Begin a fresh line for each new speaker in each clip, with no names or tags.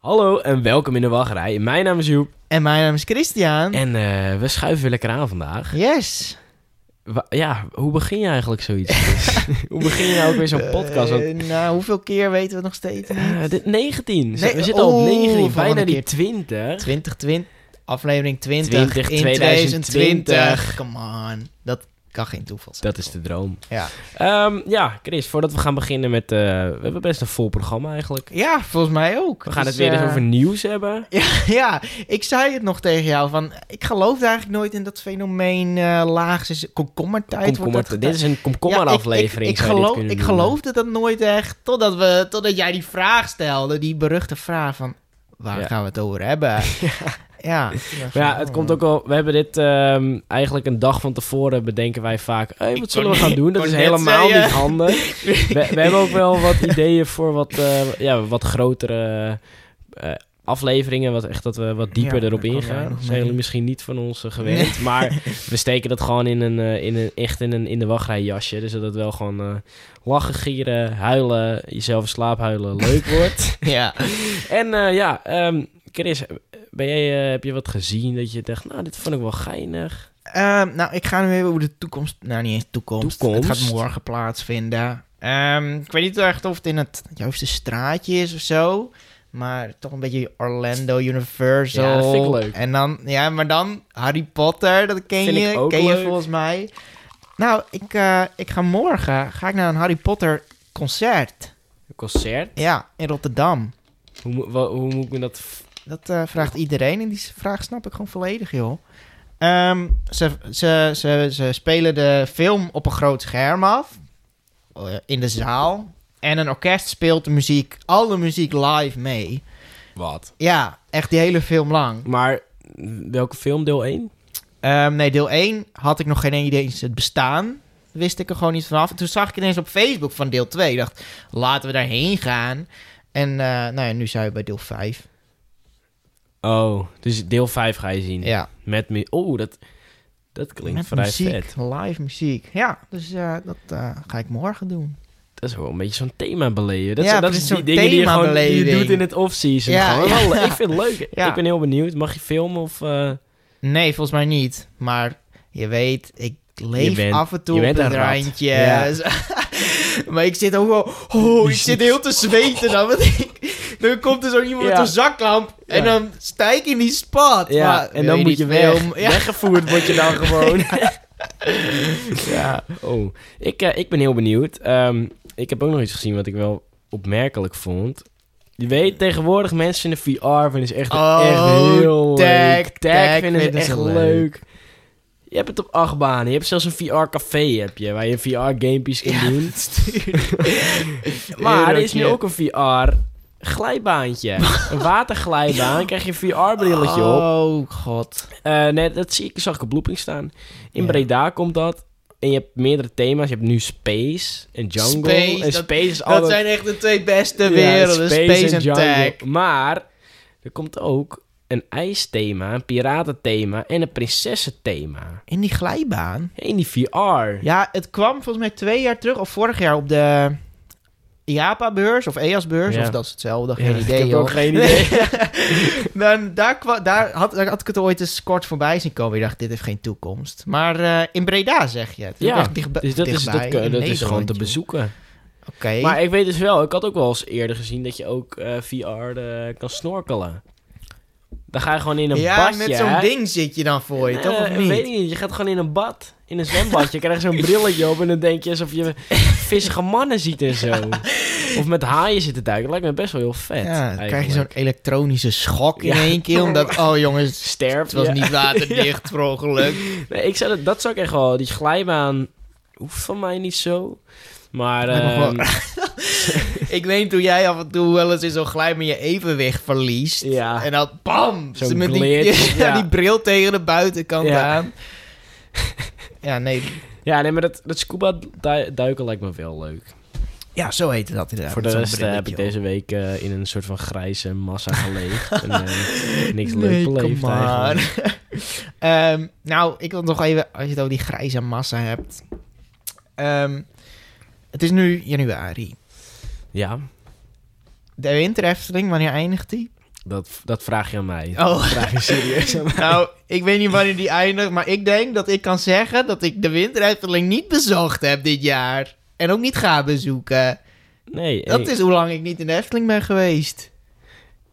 Hallo en welkom in de wachtrij. Mijn naam is Joep.
En mijn naam is Christian.
En eh, we schuiven weer lekker aan vandaag.
Yes.
Wa- ja, hoe begin je eigenlijk zoiets? hoe begin je nou ook weer zo'n podcast? Want,
Eh, nou, hoeveel keer weten we het nog steeds? niet?
eh, dit 19.
Nee,
we zitten al op
oeh,
19, bijna
volgende
die
keer.
20.
2020, aflevering 20,
20,
in
2020.
2020. Come on. Dat kan geen toeval zijn.
Dat is de droom.
Ja.
Ehm, ja, Chris, voordat we gaan beginnen met... eh, we hebben best een vol programma eigenlijk.
Ja, volgens mij ook.
We gaan
Dus,
het weer eens
eh,
over nieuws hebben.
Ja, ik zei het nog tegen jou. Van, ik geloof eigenlijk nooit in dat fenomeen eh laagse komkommertijd. wordt
Komkommer,
dat
dit is een
Ja, ik-
komkommeraflevering.
Ik, ik,
zou je dit
geloof,
kunnen
ik
noemen.
geloofde dat nooit echt, totdat, we, totdat jij die vraag stelde, die beruchte vraag van, waar
Ja.
gaan we het over hebben? ja. ja,
Maar ja, het komt ook wel. We hebben dit ehm, eigenlijk een dag van tevoren bedenken wij vaak. Hey, wat
kon
zullen we
niet-
gaan doen? Dat
kon
is
net
helemaal
zeggen.
niet handig. We, we hebben ook wel wat ideeën voor wat, eh, ja, wat grotere eh, afleveringen. Wat echt dat we wat dieper
Ja,
erop
daar kom jij
ingaan.
nog
Zijn
mee.
jullie misschien niet van ons eh, gewend. Maar we steken dat gewoon in een, eh, in een echt in een in de wachtrij jasje. Dus dat het wel gewoon eh, lachen, gieren, huilen, jezelf in slaap huilen leuk wordt.
Ja.
En eh, ja, ehm, Chris, ben jij, eh, heb je wat gezien dat je dacht, nou, dit vond ik wel geinig?
Ehm, nou, ik ga nu even over de toekomst, nou niet eens toekomst,
Toekomst?
het gaat morgen plaatsvinden. Ehm, ik weet niet echt of het in het juiste straatje is of zo, maar toch een beetje Orlando Universal.
Ja, dat vind ik leuk.
En dan, ja, maar dan Harry Potter, dat ken
Vind
je,
ik ook
ken
leuk.
je volgens mij. Nou, ik, eh, ik ga morgen, ga ik naar een Harry Potter concert,
Een concert?
ja, in Rotterdam.
Hoe, mo- wa- hoe moet ik me dat... v-
Dat eh, vraagt iedereen en die s- vraag snap ik gewoon volledig, joh. Ehm, ze, ze, ze, ze spelen de film op een groot scherm af, eh, in de zaal. En een orkest speelt de muziek, alle muziek live mee.
Wat?
Ja, echt die hele film lang.
Maar mm, welke film, deel 1?
Ehm, nee, deel 1 had ik nog geen idee eens het bestaan. Wist ik er gewoon niet vanaf. En toen zag ik ineens op Facebook van deel 2. Ik dacht, laten we daarheen gaan. En eh, nou ja, nu zijn we bij deel 5.
Oh, dus deel 5 ga je zien.
Ja.
Met me... Oh, dat, dat klinkt
Met
vrij
muziek,
vet.
live muziek. Ja, dus eh, dat eh, ga ik morgen doen.
Dat is wel een beetje zo'n thema beleven. Dat,
Ja,
zijn- dat
precies,
is die
zo'n
dingen die je, gewoon, die je
themabeleving.
doet in het off-season.
Ja,
gewoon.
ja.
Wel, Ik vind het leuk.
Ja.
Ik ben heel benieuwd. Mag je filmen of... eh,
Nee, volgens mij niet. Maar je weet, ik leef
Je bent-
af en toe
je
op
bent
het
een rat.
randje.
Ja.
maar ik zit ook wel... Oh, ik zit heel te zweten dan. Want ik, dan komt er zo iemand met
Ja.
een zaklamp.
Ja.
En dan stijg ik in die spat.
ja,
Maar
en
wil
dan moet
niet
je weg.
filmen? Ja.
Weggevoerd word je dan gewoon.
ja.
Oh, ik, eh, ik ben heel benieuwd. Ehm, ik heb ook nog iets gezien wat ik wel opmerkelijk vond. Je weet, tegenwoordig mensen in de VR vinden ze echt,
Oh,
echt heel leuk.
tag, tag
vinden ze
vinden ze
echt leuk.
leuk.
Je hebt het op acht banen. Je hebt zelfs een VR-café heb je, waar je VR-gamepjes kunt
Ja,
doen. Maar er is nu
Eurotje.
ook een VR-glijbaantje. een waterglijbaan. Krijg je een VR-brilletje op.
Oh, god.
Eh, nee, dat zie ik, zag ik op looping staan. In
Ja.
Breda komt dat. En je hebt meerdere thema's. Je hebt nu Space en Jungle.
Space,
en
dat-
Space is
Dat zijn echt de twee beste werelden. Space en
Jungle.
Tag.
Maar er komt ook een ijsthema, een piratenthema en een prinsessenthema.
In die glijbaan?
In die Dus VR.
Ja, het kwam volgens mij twee jaar terug, of vorig jaar op de IAPA-beurs of EAS-beurs,
Ja.
of dat is hetzelfde,
Ja,
geen idee.
Ik heb
joh.
ook geen idee.
Dan, daar, kwa- daar, had, daar had ik het ooit eens kort voorbij zien komen. Ik dacht, dit heeft geen toekomst. Maar eh, in Breda zeg je. Het is
Ja,
echt dichtb-
Dus dat, is, dat,
dichtbij,
kun-
in
dat is
Nederland,
gewoon te
joh.
bezoeken.
Oké.
Maar ik weet dus wel, ik had ook wel eens eerder gezien dat je ook eh, VR eh, kan snorkelen. Dan ga je gewoon in een
ja,
badje.
met zo'n
hè?
ding zit je dan voor je,
Nee,
toch? Of
eh,
niet?
Weet ik niet. Je gaat gewoon in een bad. In een zwembad. Je krijgt zo'n brilletje op en dan denk je alsof je vissige mannen ziet en zo. Of met haaien zitten duiken. Lijkt me best wel heel vet.
ja, dan krijg je zo'n
eigenlijk.
elektronische schok in
Ja.
één keer. Omdat, oh jongens,
Sterf.
het was
ja.
niet waterdicht, per ongeluk.
Nee, ik zou dat, dat zou ik echt wel... Die glijbaan hoeft van mij niet zo. Maar...
Lijkt me
ehm,
gewoon- Ik weet toen jij af en toe wel eens in zo'n glijbaan je evenwicht verliest.
Ja.
En dan bam!
Zo'n
ze met die,
glitch,
ja,
ja.
die bril tegen de buitenkant
Ja.
aan. Ja, nee.
ja, nee, maar dat, dat scuba du- duiken lijkt me wel leuk.
Ja, zo heette dat inderdaad.
Voor de
met zo'n
rest eh, heb ik
brilletje
deze week eh, in een soort van grijze massa geleefd. en, eh, niks
op. Nee,
leuk beleefd
come on.
eigenlijk.
Ehm, nou, ik wil nog even, als je het over die grijze massa hebt. Ehm, het is nu januari.
Ja.
De winterefteling, wanneer eindigt die?
Dat, dat vraag je aan mij.
Oh.
Dat vraag je serieus aan mij.
Nou, ik weet niet wanneer die eindigt, maar ik denk dat ik kan zeggen dat ik de winteruitstelling niet bezocht heb dit jaar. En ook niet ga bezoeken.
Nee, en
Dat
ik-
is hoe lang ik niet in de Efteling ben geweest.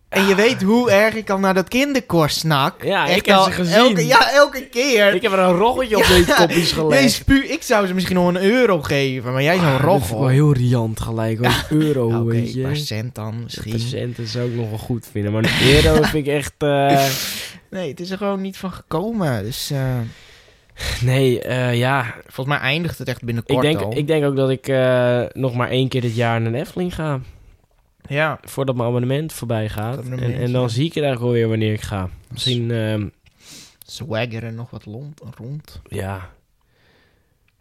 En je weet hoe erg ik al naar dat kinderkoor snak.
Ah. Ja, ik heb ze gezien.
Elke, ja, elke keer.
ik heb er een roggetje op deze kopjes gelegd.
Nee, spu- ik zou ze misschien nog een euro geven, maar jij zo'n
Ah, dat vind ik
roggel.
wel heel riant gelijk. hoor. Een euro,
Ja, Oké,
weet
een paar
je.
cent dan
Een
misschien.
paar centen zou ik nog wel goed vinden. Maar een euro vind ik echt... eh,
Nee, het is er gewoon niet van gekomen. Dus eh,
nee, eh, ja.
volgens mij eindigt het echt binnenkort
Ik denk,
al.
ik denk ook dat ik eh, nog maar één keer dit jaar naar de Efteling ga.
Ja,
Voordat mijn abonnement voorbij gaat.
Dat
En,
abonnement,
en
ja.
dan zie ik het eigenlijk alweer wanneer ik ga. Misschien, ehm,
swaggeren nog wat lont- rond.
ja...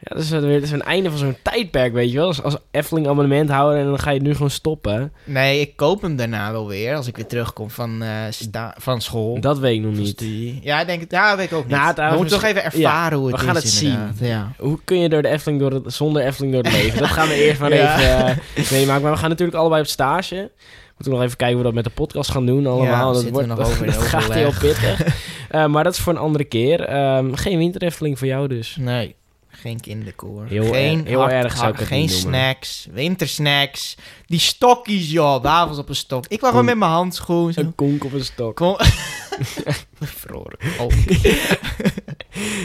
Ja, dat is, weer, dat is een einde van zo'n tijdperk, weet je wel. Als, als Efteling abonnement houden en dan ga je het nu gewoon stoppen.
Nee, ik koop hem daarna wel weer als ik weer terugkom van, eh, sta- van school.
Dat weet ik nog
Van
niet.
studie. Ja, ik denk het. Ja, dat weet ik ook niet.
Nou,
we
trouwens,
moeten toch even ervaren hoe het
we
is.
gaan het zien.
inderdaad. Ja.
Hoe kun je door de Efteling door het, zonder Efteling door het leven? Dat gaan we eerst maar
Ja.
even eh, meemaken. Maar we gaan natuurlijk allebei op stage. Moeten we nog even kijken hoe we dat met de podcast gaan doen allemaal.
Ja,
dat
zitten we nog over in
dat gaat heel
overleg.
pittig. Eh, maar dat is voor een andere keer. Ehm, geen winter Efteling voor jou dus.
Nee, geen kinderkoor.
Heel
geen
erg- heel
hard-
erg zou ik het
Geen
niet noemen.
snacks, wintersnacks. Die stokjes, joh. Wafels op een stok. Ik wou gewoon
Kom.
met mijn handschoen. Zo.
Een konk op een stok.
Kom. Bevroren. Oh.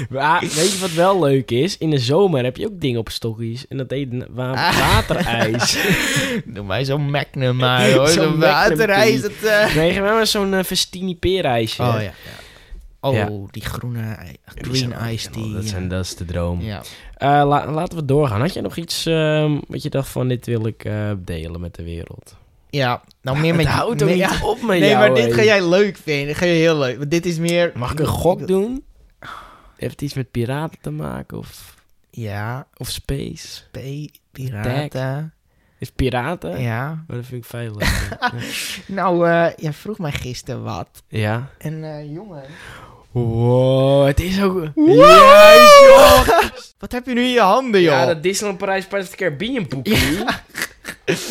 Maar weet je wat wel leuk is? In de zomer heb je ook dingen op stokjes. En dat heet een wa-
Ah.
waterijs.
Doe mij zo'n magnum maar, hoor.
Zo'n
Zo'n
Magnum
waterijs. Dat, eh.
nee, geef mij maar zo'n eh, Festini peerijsje.
Oh, ja. ja. Oh,
Ja.
die groene ei-
Die
green
zijn-
ice tea.
Dat, zijn, dat is de droom.
ja.
Eh, la- laten we doorgaan. Had jij nog iets ehm, wat je dacht van dit wil ik eh, delen met de wereld?
ja, nou meer met...
Het houdt toch
meer-
niet
ja.
op met
Nee,
jou,
maar dit
hé.
ga jij leuk vinden. Dat ga je heel leuk. Want dit is meer...
Mag ik een gok doen? Heeft het iets met piraten te maken of,
Ja.
of space?
P. Piraten.
Is piraten?
Ja.
Maar dat vind ik veilig.
Nou, eh, jij vroeg mij gisteren wat.
ja.
En eh, jongen...
Wow, het is ook...
Yes, joh! wat heb je nu in je handen, joh?
Ja, dat Disneyland Parijs Pirates of the Caribbean boekje.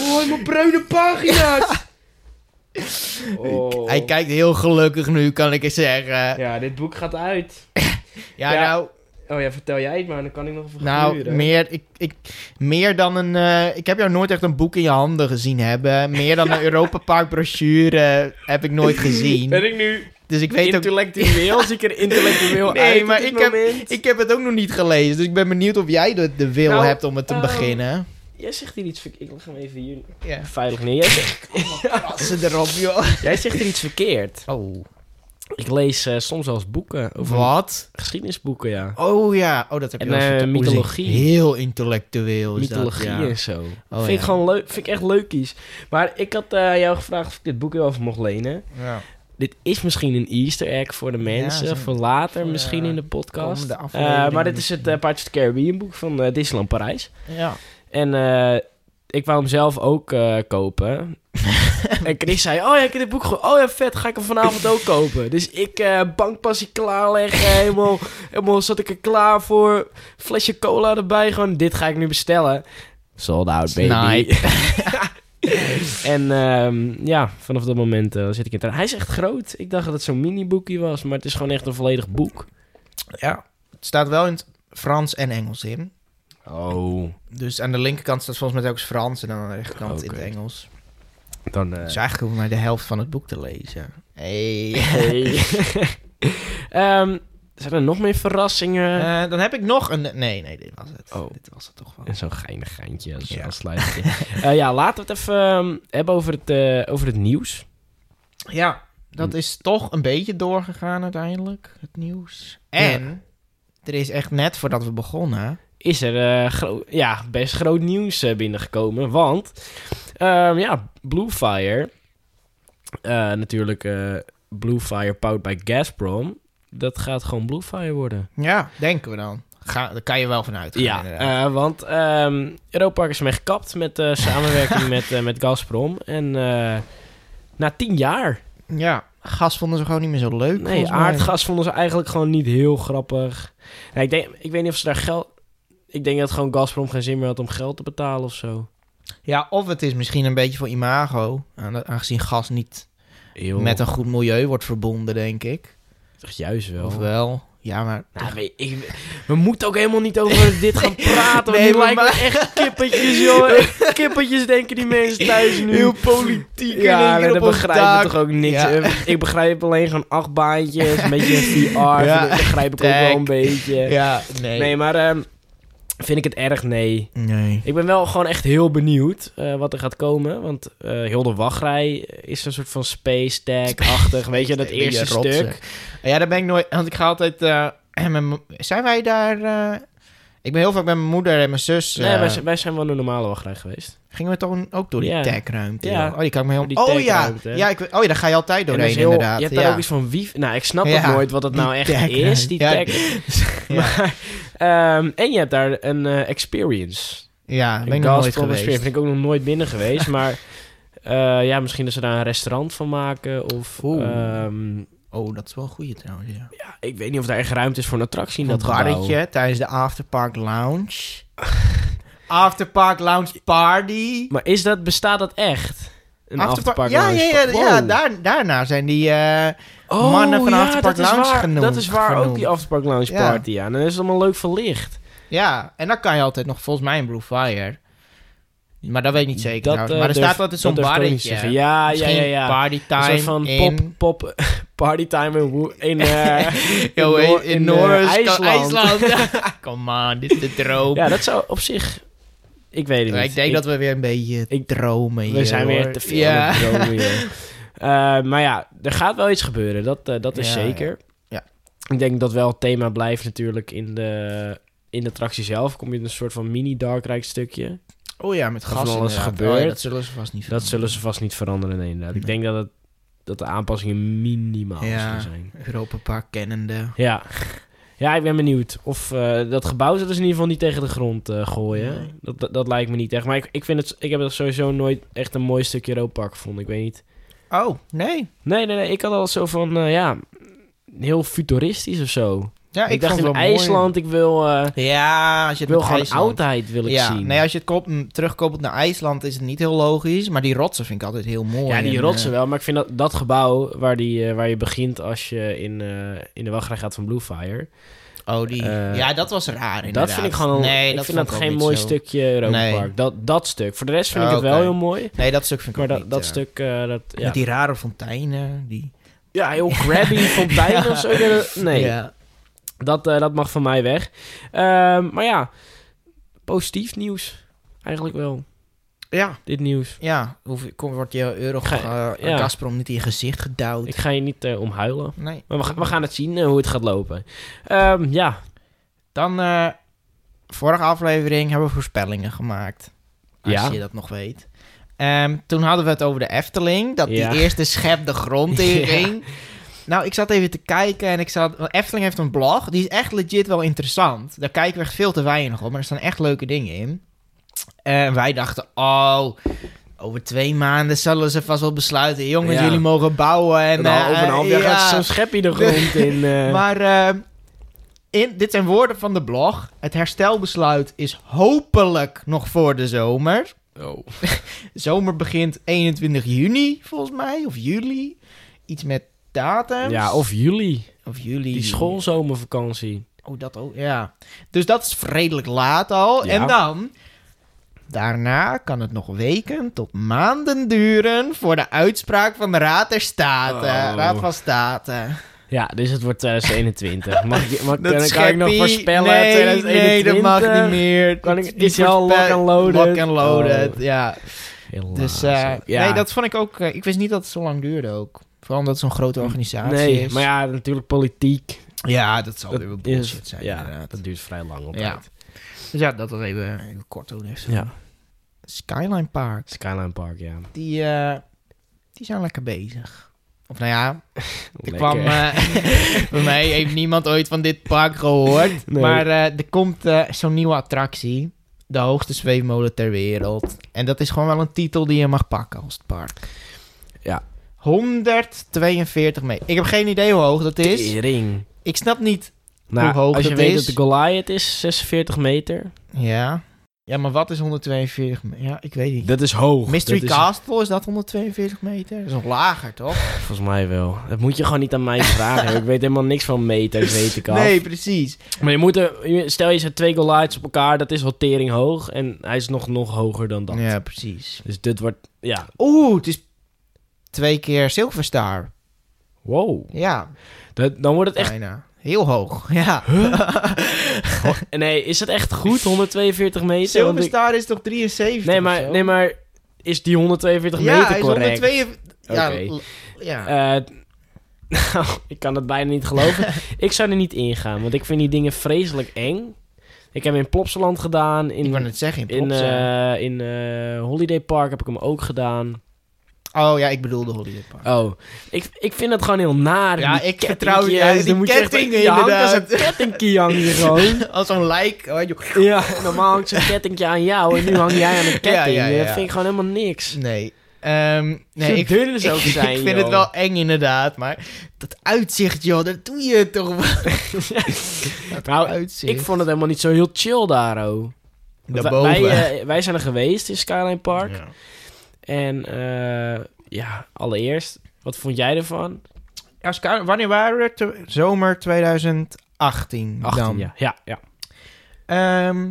Oh, mijn bruine pagina's. Oh.
Hij kijkt heel gelukkig nu, kan ik eens zeggen. Ja,
Ja, dit boek gaat uit. ja.
nou...
Oh ja, vertel jij het maar, dan kan ik nog even
Nou,
gluren.
meer, ik, ik, meer dan een... eh, ik heb jou nooit echt een boek in je handen gezien hebben. Meer dan een Europa Park brochure eh, heb ik nooit
Ben
gezien.
ik nu
Dus ik weet ook...
intellectueel? Zie ik er intellectueel
Nee,
uit
maar
op dit
ik heb-
moment?
Ik heb het ook nog niet gelezen, dus ik ben benieuwd of jij de, de wil
Nou,
hebt om het te
ehm,
beginnen.
Jij zegt hier iets verkeerd. Ik leg hem even hier
Ja.
veilig neer. Jij zegt,
Ze erop, joh.
jij zegt er iets verkeerd.
Oh.
Ik lees eh, soms wel eens boeken. Over
Wat?
Geschiedenisboeken, ja.
Oh ja. Oh, dat heb je
En,
wel eens
eh,
verteld. Oeh,
mythologie.
Heel intellectueel is dat,
Mythologie
ja.
en zo.
Oh,
vind,
ja.
ik gewoon leuk, vind ik echt leuk iets. Maar ik had eh, jou gevraagd of ik dit boek heel even mocht lenen.
Ja.
Dit is misschien een easter egg voor de mensen.
zo-
voor later
voor,
misschien
eh,
in de podcast.
komende
Eh,
aflevering
maar dit is het eh, Pirates of the Caribbean boek van eh, Disneyland Parijs.
Ja.
En eh, ik wou hem zelf ook eh, kopen. en Chris zei, oh ja, ik heb dit boek ge- Oh ja, vet, ga ik hem vanavond ook kopen. Dus ik eh bankpassie klaarleggen, helemaal, helemaal zat ik er klaar voor. Flesje cola erbij, gewoon dit ga ik nu bestellen. Sold out, baby. en ehm, ja, vanaf dat moment eh, zit ik in het Hij is echt groot. Ik dacht dat het zo'n mini-boekje was, maar het is gewoon echt een volledig boek.
ja. Het staat wel in het Frans en Engels in.
Oh,
Dus aan de linkerkant staat volgens mij ook eens Frans en dan aan de rechterkant in
Oké.
het Engels.
dan... eh,
Dus eigenlijk hoef ik maar de helft van het boek te lezen. Hey.
Hey. Ehm, zijn er nog meer verrassingen?
Eh, dan heb ik nog een... Nee, nee, dit was het.
Oh.
Dit was het toch wel.
En Zo'n geinig geintje als,
Ja.
als sluitje. Eh, ja, laten we het even ehm, hebben over het, eh, over het nieuws.
Ja, dat
Hm.
is toch een beetje doorgegaan uiteindelijk, het nieuws. En er is echt net voordat we begonnen.
Is er eh, gro- ja, best groot nieuws eh, binnengekomen. Want ehm, ja, Bluefire, eh, natuurlijk eh Bluefire powered by Gazprom, dat gaat gewoon Bluefire worden.
Ja, denken we dan. Ga, daar kan je wel van uitgaan.
Ja,
inderdaad.
eh, want ehm Europark is ermee gekapt met eh, samenwerking met, eh, met Gazprom. En eh, na tien jaar.
ja, gas vonden ze gewoon niet meer zo leuk.
Nee,
volgens mij.
aardgas vonden ze eigenlijk gewoon niet heel grappig. Nee, ik, denk, ik weet niet of ze daar geld... Ik denk dat gewoon Gazprom geen zin meer had om geld te betalen of zo.
Ja, of het is misschien een beetje voor imago, aan- aangezien gas niet
Joh,
met een goed milieu wordt verbonden, denk ik.
toch juist wel.
Of wel? Ja, maar...
eh, Nou, we, ik- we moeten ook helemaal niet over dit gaan praten.
Nee,
want dit
maar-
lijkt me echt kippertjes, jongen. Echt kippertjes denken die mensen thuis nu.
Heel politiek
Ja, nee,
dat
daar begrijp ik toch
ook.
ook niks.
Ja.
Eh, Ik begrijp alleen gewoon acht baantjes, een beetje VR.
Ja.
Dat begrijp ik ook wel een
Tag.
beetje.
Ja, nee.
Eh, Nee, maar ehm, vind ik het erg? Nee.
Nee.
Ik ben wel gewoon echt heel benieuwd eh, wat er gaat komen. Want eh heel de wachtrij is een soort van space tag-achtig. Weet je, dat
Nee, ben je
eerste
rot,
stuk.
zeg. Ja, daar ben ik nooit... Want ik ga altijd... eh, en mijn mo- zijn wij daar... eh, ik ben heel vaak met mijn moeder en mijn zus...
Nee,
eh,
wij, zijn- wij zijn wel een normale wachtrij geweest.
Gingen we toch ook door die
Ja.
tagruimte?
Ja.
joh? Oh, die kan ik me heel...
Door die
oh ja.
tagruimte, hè?
ja ik, weet- oh ja, daar ga je altijd
En dat
doorheen,
is heel-
inderdaad.
Je hebt
ja.
daar ook iets van wief. Nou, ik snap ook
Ja,
nooit wat dat
die
nou echt
tagruimte.
is, die
Ja.
tag. Maar, ehm, en je hebt daar een eh, experience.
Ja, ben ik
Een
nog nooit
Gastro Experience
geweest.
ben ik ook nog nooit binnen geweest. maar eh, ja, misschien dat ze daar een restaurant van maken. Of
Oeh.
ehm,
Oh, dat is wel een goeie trouwens, ja.
ja, ik weet niet of daar echt ruimte is voor een attractie in
Een
dat gebouw.
barretje tijdens de Afterpark Lounge. Afterpark Lounge Party.
Maar is dat, bestaat dat echt? Een afterpark
ja,
lounge?
ja, ja,
Wow.
ja daar, daarna zijn die... eh,
Oh,
mannen van
ja,
Afterpark
dat is
Lounge
waar.
genoemd-
Dat is waar ook
genoemd.
die Afterpark Lounge
Ja.
Party aan. En dan is het allemaal leuk verlicht.
ja, en dan kan je altijd nog volgens mij een Blue Fire. Maar dat weet ik niet zeker
Dat,
trouwens.
eh,
Maar er
durf-
staat altijd zo'n
dat durf ik ook niet te
barretje.
zeggen. Ja, ja, ja,
Misschien
ja.
Party
Een
Time
soort van
in...
pop, pop, partytime in, Wo- in, eh,
Yo,
in
in,
Noor-
in,
in, eh,
Norris,
IJsland.
Kom aan, dit is de droom.
Ja, dat zou op zich... Ik weet het
Maar
niet.
ik denk dat we weer een beetje
ik-
dromen
We
hier,
zijn weer
hoor.
te veel
Ja.
aan het dromen hier. Eh, maar ja, er gaat wel iets gebeuren. Dat, eh, dat is
Ja,
zeker.
ja.
Ik denk dat wel het thema blijft natuurlijk in de, in de attractie zelf. Kom je in een soort van mini-darkrijk stukje.
Oh ja, met
Van
gas
alles
inderdaad.
gebeurt.
Oh ja, dat zullen ze vast niet
Dat zullen ze vast niet veranderen, nee, inderdaad. Ik
Nee.
denk dat, het, dat de aanpassingen minimaal
Ja.
zullen zijn.
Europa Park kennende.
Ja. Ja, ik ben benieuwd. Of eh, dat gebouw zullen ze in ieder geval niet tegen de grond eh, gooien.
Nee.
Dat, dat, dat lijkt me niet echt. Maar ik, ik, vind het, ik heb het sowieso nooit echt een mooi stukje Europa gevonden. Ik weet niet.
Oh, nee.
Nee, nee, nee. Ik had al zo van, eh, ja, heel futuristisch of zo.
Ja,
ik,
ik,
dacht
vond
in
het wel mooi.
IJsland, ik wil, eh,
Ja, als je
ik
het
wil
met
gewoon
IJsland-
oudheid wil ik
ja,
zien.
Nee, als je het kop- m, terugkoppelt naar IJsland is het niet heel logisch. Maar die rotsen vind ik altijd heel mooi.
ja, die
en,
rotsen
eh,
wel. Maar ik vind dat, dat gebouw waar, die, eh, waar je begint als je in, eh, in de wachtrij gaat van Bluefire.
oh, die.
Eh,
ja, dat was raar inderdaad.
Dat vind ik gewoon een-
Nee,
ik
dat
vind dat
vond ik ook
geen
niet
mooi
zo.
stukje Europa
Nee.
Park. Dat, dat stuk. Voor de rest vind ik
Oh,
het wel
oké.
heel mooi.
Nee, dat stuk vind ik
Maar
ook
dat,
niet,
dat
eh,
stuk, eh, dat, ja.
Met die rare fonteinen. Die...
ja, heel grabby fontein of zo. Nee,
Ja.
dat, eh, dat mag van mij weg. Ehm, maar ja, positief nieuws. Eigenlijk wel.
ja.
dit nieuws.
Ja, hoe kom, wordt je euro
Ga-
eh,
ja.
Gazprom niet in je gezicht gedouwd?
Ik ga je niet eh, omhuilen.
Nee.
Maar we, ga- we gaan het zien eh, hoe het gaat lopen. Ehm, ja,
Dan, eh, vorige aflevering hebben we voorspellingen gemaakt. Als
Ja.
je dat nog weet. Ehm, toen hadden we het over de Efteling. Dat
Ja.
die eerste schep de grond in
Ja.
ging. Nou, ik zat even te kijken en ik zat... want Efteling heeft een blog. Die is echt legit wel interessant. Daar kijken we echt veel te weinig op. Maar er staan echt leuke dingen in. En wij dachten, oh... Over twee maanden zullen ze vast wel besluiten. Jongens,
Ja.
jullie mogen bouwen. En,
nou,
eh,
over een half jaar
ja.
gaat zo'n schepje de grond in. eh.
Maar ehm, in, dit zijn woorden van de blog. Het herstelbesluit is hopelijk nog voor de zomer.
Oh.
Zomer begint 21 juni, volgens mij, of juli. Iets met datums.
Ja, of juli.
of juli.
Die schoolzomervakantie.
Oh, dat ook, ja. Dus dat is vredelijk laat al.
Ja.
En dan... Daarna kan het nog weken tot maanden duren voor de uitspraak van de Raad der Staten.
Oh.
Raad van Staten.
Ja, dus het wordt 2021. Mag ik, mag, kan,
Dat
kan ik
scheppie-
nog voorspellen?
nee,
2021?
Nee, dat mag niet meer.
Kan
Dat
ik-
niet
is hij al
voorspel-
lock and loaded?
Lock and loaded,
Oh.
ja.
Helaas
Dus, eh,
ook. ja.
nee, dat vond ik ook... eh, ik wist niet dat het zo lang duurde ook. Vooral omdat het zo'n grote organisatie
Nee,
is.
maar ja, natuurlijk politiek.
Ja, dat zal
Dat
weer wel
is-
bullshit zijn,
ja,
inderdaad.
dat duurt vrij lang op
Ja.
tijd.
Dus ja, dat was even, even kort hoe het is.
Ja.
Skyline Park,
Skyline Park, ja.
die, eh, die zijn lekker bezig. Of nou ja, er
Lekker.
kwam... eh, bij mij heeft niemand ooit van dit park gehoord.
Nee.
Maar eh, er komt eh, zo'n nieuwe attractie. De hoogste zweefmolen ter wereld. En dat is gewoon wel een titel die je mag pakken als het park.
Ja.
142 meter. Ik heb geen idee hoe hoog dat is.
Tering.
Ik snap niet.
Nou,
hoog
als je
dat
weet
is.
dat de Goliath is, 46 meter.
Ja. Ja, maar wat is 142 meter? Ja, ik weet niet.
Dat is hoog.
Mystery
Dat is-
Castle, is dat 142 meter? Dat is nog lager, toch?
Volgens mij wel. Dat moet je gewoon niet aan mij vragen. joh. ik weet helemaal niks van meters, weet ik al.
Nee, precies.
Maar je moet er, je- stel je zet twee goal lights op elkaar, dat is al tering hoog. En hij is nog, nog hoger dan dat.
Ja, precies.
Dus dit wordt, ja,
Oeh, het is twee keer Silver Star.
wow.
Ja,
Dat, dan wordt het echt,
bijna. Heel hoog, ja.
nee, is dat echt goed, 142 meter? Want
Silver
ik-
Star is toch 73?
nee,
of
maar,
zo?
nee, maar is die 142
ja, hij
meter
is
correct?
142 Ja,
Oké.
l- ja.
Eh, nou, ik kan het bijna niet geloven. ik zou er niet ingaan, want ik vind die dingen vreselijk eng. Ik heb hem in Plopsaland gedaan.
ik wou
In,
het zeggen, in,
in,
Plopsa.
eh, in eh, Holiday Park heb ik hem ook gedaan.
Oh ja, ik bedoelde Hollywood Park.
Oh, ik, ik vind het gewoon heel naar.
Ja,
die
ik
kettingjes,
vertrouw- ja, die
dan moet je echt-
kettingen,
je hangt
inderdaad.
als een kettingkie hang je gewoon.
Als zo'n lijk. oh, joh.
ja, normaal hangt zo'n kettingje aan jou en nu hang jij aan een ketting.
Ja, ja, ja.
Dat vind ik gewoon helemaal niks.
Nee. Ehm,
Nee,
nee, ik,
dun is ook
ik
zijn,
vind
joh.
het wel eng inderdaad, maar dat uitzicht, joh, dat doe je toch wel.
Nou,
uitzicht.
ik vond het helemaal niet zo heel chill daar, oh. Want wij-
Daarboven.
Wij, eh, wij zijn er geweest in Skyline Park.
Ja.
En eh, ja, allereerst, wat vond jij ervan?
Ja, Sky- wanneer waren we? er? Te- Zomer 2018.
18,
dan.
ja. ja. Ja,
Ehm,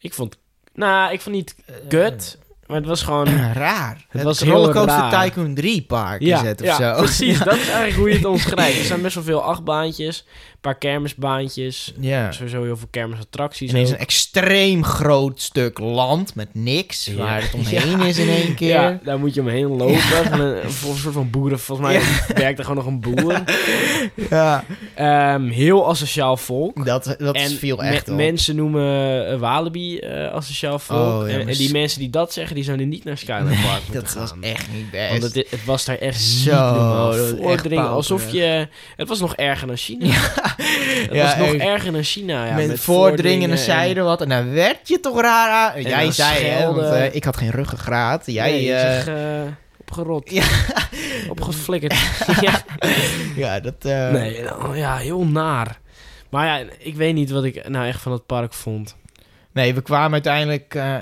ik vond... Nou, ik vond niet kut,
Eh.
maar het was gewoon...
raar. Het,
was heel
Rollercoaster
raar.
Tycoon 3 park
ja,
is het of
ja,
zo.
precies. Dat is eigenlijk hoe je het omschrijft. Er zijn best wel veel achtbaantjes, een paar kermisbaantjes...
Ja.
Sowieso heel veel kermisattracties.
Ineens
ook.
een extreem groot stuk land met niks,
Ja.
waar het omheen is in één keer.
Ja, daar moet je omheen lopen. Van een, van een soort van boeren. Volgens mij werkt er gewoon nog een boer.
Ja.
Ehm, heel asociaal volk.
Dat, dat
en
viel
me-
echt op.
mensen noemen eh, Walibi eh asociaal volk.
Oh, ja,
en, en
maar
die
s-
mensen die dat zeggen, die zouden niet naar Skyline Park moeten
Dat was
gaan.
echt niet
Want
best.
het, het was daar echt
Zo,
zo
dat was echt
voordringen. Alsof
pauperig.
je... Het was nog erger dan China. het
Ja,
was nog
echt.
erger dan China. nou Ja,
met, voordringende zijde wat. En dan werd je toch raar aan. Jij
dan
zei, hè, want,
schelden.
eh, ik had geen ruggengraat. Jij,
Jij... Nee, ik
eh,
zeg, eh, opgerot.
Ja.
Opgeflikkerd. ja.
ja, dat... eh,
Nee, nou, ja, heel naar. Maar ja, ik weet niet wat ik nou echt van het park vond.
nee, we kwamen uiteindelijk, eh,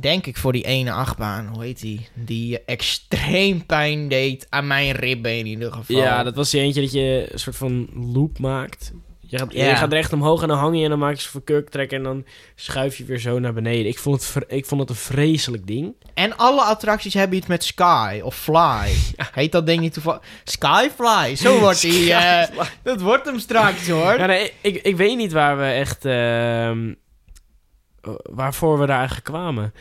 denk ik, voor die ene achtbaan. Hoe heet die? Die extreem pijn deed aan mijn ribben in ieder geval.
Ja, dat was die eentje dat je een soort van loop maakt. Je gaat,
Ja.
je gaat recht omhoog en dan hang je en dan maak je zo'n kurktrek en dan schuif je weer zo naar beneden. Ik vond het, vre- ik vond het een vreselijk ding.
En alle attracties hebben iets met Sky of Fly. Heet dat ding niet toevallig? Skyfly, zo wordt die... eh, dat wordt hem straks, hoor.
Ja, nee, ik, ik weet niet waar we echt. ehm, waarvoor we daar eigenlijk kwamen.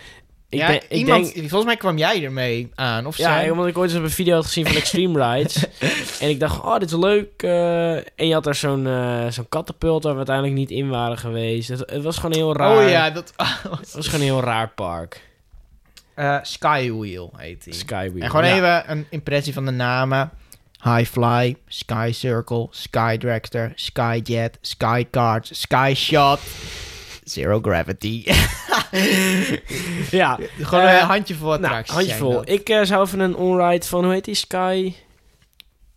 Ik,
ja,
ben- ik
iemand,
denk.
Volgens mij kwam jij ermee aan, of
Ja,
zij?
omdat ik ooit eens op een video had gezien van Extreme Rides. en ik dacht, oh, dit is leuk. eh, en je had daar zo'n eh zo'n katapult waar we uiteindelijk niet in waren geweest. Het, het was gewoon een heel raar.
Oh ja, dat...
Het was gewoon een heel raar park.
Eh, Skywheel heet die.
Skywheel.
en gewoon
Ja.
even een impressie van de namen. Highfly, Sky Circle, Sky Dragster, Skyjet, Sky Cards, Sky Shot, Zero Gravity.
Ja.
gewoon
Eh,
een handjevol
Nou,
attracties. zijn
handjevol.
dat.
Ik eh, zou even een onride van, hoe heet die? Sky...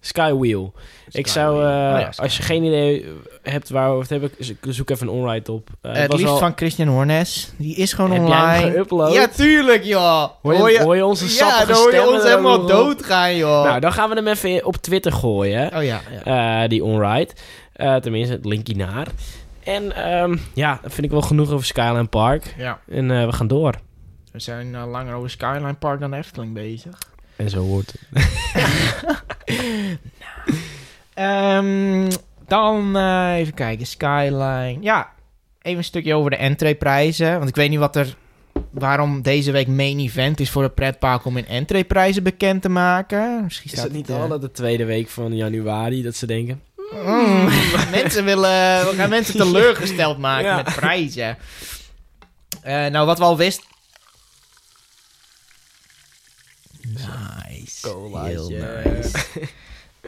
Skywheel. ik zou,
Skywheel.
eh,
Oh ja, Sky-
als je geen idee hebt waar we het hebben, zo- zoek even een onride op. Eh,
Eh,
het
het
was
liefst
al-
van Christian Hornes. Die is gewoon
Heb jij hem
online.
geüpload?
Ja, tuurlijk, joh.
Hoor je- hoor je onze
Ja,
sappige
dan hoor je
stemmen
ons
er
helemaal
overal.
doodgaan, joh.
Nou, dan gaan we hem even op Twitter gooien.
oh ja. ja.
eh, die onride. Eh, tenminste, het linkje naar. En ehm, ja, dat vind ik wel genoeg over Skyline Park.
Ja,
En eh, we gaan door.
we zijn eh, langer over Skyline Park dan de Efteling bezig.
En zo hoort het.
Ehm, dan eh, even kijken, Skyline. Ja, even een stukje over de entreeprijzen. Want ik weet niet wat er, waarom deze week main event is voor het pretpark om hun entreeprijzen bekend te maken. Misschien
Is dat niet
eh,
al dat de tweede week van januari dat ze denken?
mm, mensen willen, we gaan mensen teleurgesteld maken
Ja.
met prijzen. Eh, nou, wat we al wisten. Nice. Heel nice.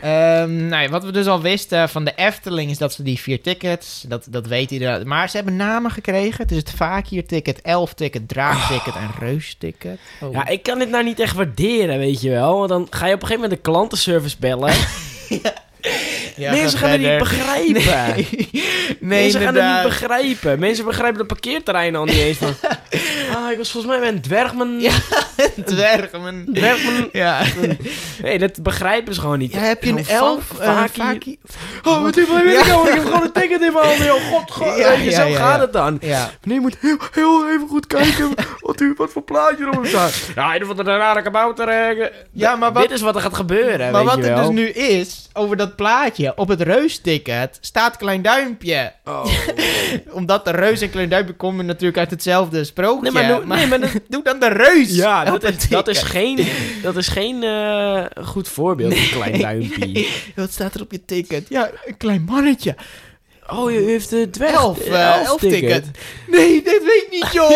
Ehm, nou ja, wat we dus al wisten van de Efteling is dat ze die vier tickets, dat, dat weet iedereen. Maar ze hebben namen gekregen. Het is het Fakir-ticket, Elf-ticket, Draak-ticket en Reus-ticket. Oh.
Ja, ik kan dit nou niet echt waarderen, weet je wel. Want dan ga je op een gegeven moment de klantenservice bellen.
Ja,
Mensen
ga
gaan het niet
verder.
begrijpen.
Nee. Nee,
Mensen gaan het
inderdaad.
niet begrijpen. Mensen begrijpen de parkeerterreinen al niet eens. Van, ah, ik was volgens mij met een dwerg. Mijn,
Ja. Dwerg, man.
dwerg mijn,
Ja.
nee, dat begrijpen ze gewoon niet.
Ja, heb je
En
een
hoe
elf?
vaak-
eh,
vaak hier-
vaak hier-
Oh, wat doe ik nou? Ik heb gewoon een ticket in mijn handen. Oh, god, god.
Ja,
weet je,
ja,
zo
ja,
gaat
ja.
het dan.
Ja.
Meneer moet heel, heel even goed kijken wat, u, wat voor plaatje erop staat. Ja, in ieder geval een rare kabouter. eh,
Ja, maar wat-
Dit is wat er gaat gebeuren,
Maar
weet
wat
je
er
wel.
dus nu is, over dat plaatje, op het reusticket staat klein duimpje.
Oh.
Omdat de reus en klein duimpje komen natuurlijk uit hetzelfde sprookje.
Nee, maar, doe- nee, maar dat-
doe dan de reus.
Ja,
op
dat
het
is, dat is
ticket.
geen, dat is geen eh, goed voorbeeld, een klein duimpje.
Wat staat er op je ticket? Ja, een klein mannetje.
Oh, je heeft de dwerg...
Elf,
eh,
eh, elf ticket. Nee, dit weet ik niet, joh.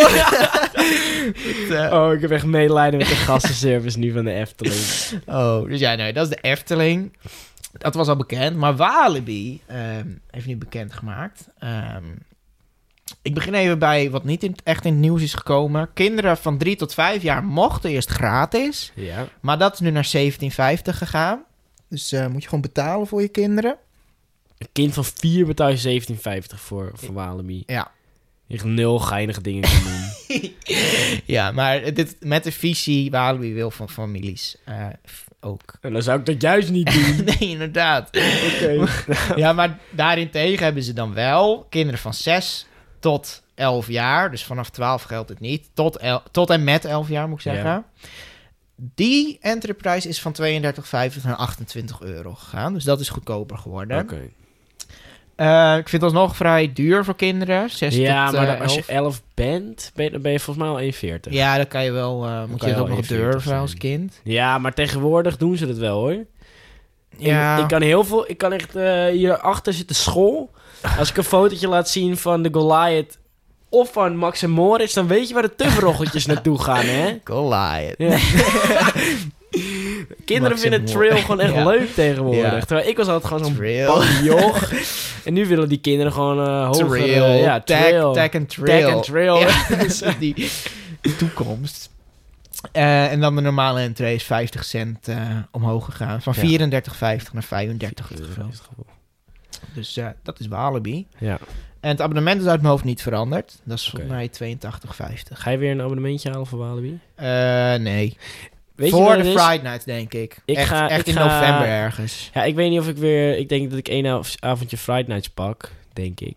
Het, eh,
Oh, ik heb echt medelijden met de gastenservice nu van de Efteling.
Oh, dus ja, nee, dat is de Efteling. Dat was al bekend. Maar Walibi ehm, heeft nu bekendgemaakt. Ehm, ik begin even bij wat niet in het- echt in het nieuws is gekomen. Kinderen van 3 tot 5 jaar mochten eerst gratis.
Ja.
Maar dat is nu naar 17,50 gegaan. Dus eh, moet je gewoon betalen voor je kinderen.
Een kind van 4 betaalt je 17,50 voor, voor Walibi.
Ja.
Echt nul geinige dingen kan doen.
Ja, maar dit, met de visie Walibi wil van families eh, f- ook.
En dan zou ik dat juist niet doen.
nee, inderdaad.
Oké.
Ja, maar daarentegen hebben ze dan wel kinderen van 6 tot 11 jaar. Dus vanaf 12 geldt het niet. Tot, el- tot en met 11 jaar moet ik zeggen.
Ja.
Die enterprise is van 32,50 naar 28 euro gegaan. Dus dat is goedkoper geworden.
Oké.
Eh, ik vind het alsnog vrij duur voor kinderen. 6
Ja,
tot
maar dan-
eh,
als je
11.
11 bent, ben je, dan ben je volgens mij al 1,40. Ja.
Ja, dan kan je wel, eh, moet
kan
je
je
dat ook
wel
nog
41
durven als
zijn.
kind.
maar tegenwoordig doen ze dat wel hoor.
Ja.
Ik, ik kan heel veel, ik kan echt, eh, hierachter zit de school. Als ik een fotootje laat zien van de Goliath of van Max en Moritz, dan weet je waar de tufroggeltjes naartoe gaan hè.
Goliath.
Ja. Kinderen
Max
vinden
en
trail gewoon echt
Ja.
leuk tegenwoordig.
Ja.
Terwijl ik was altijd gewoon zo'n
Trail.
bang joch. En nu willen die kinderen gewoon eh hoger... eh,
Trail.
ja,
Tag-
trail.
Tag en
Tag
trail.
en trail.
Ja, dus die, die toekomst. Eh, en dan de normale entree is 50 cent eh, omhoog gegaan. Van
Ja.
34,50 naar 35 euro. Dus eh, dat is Walibi.
Ja.
En het abonnement is uit mijn hoofd niet veranderd. Dat is
Oké.
volgens mij 82,50.
Ga je weer een abonnementje halen voor Walibi?
Eh, nee.
Weet je
Voor
wat
de
het is?
Friday Night, denk ik.
Ik
echt
ga-
echt
ik
in
ga-
november ergens.
Ja, ik weet niet of ik weer... Ik denk dat ik één av- avondje Friday Nights pak, denk ik.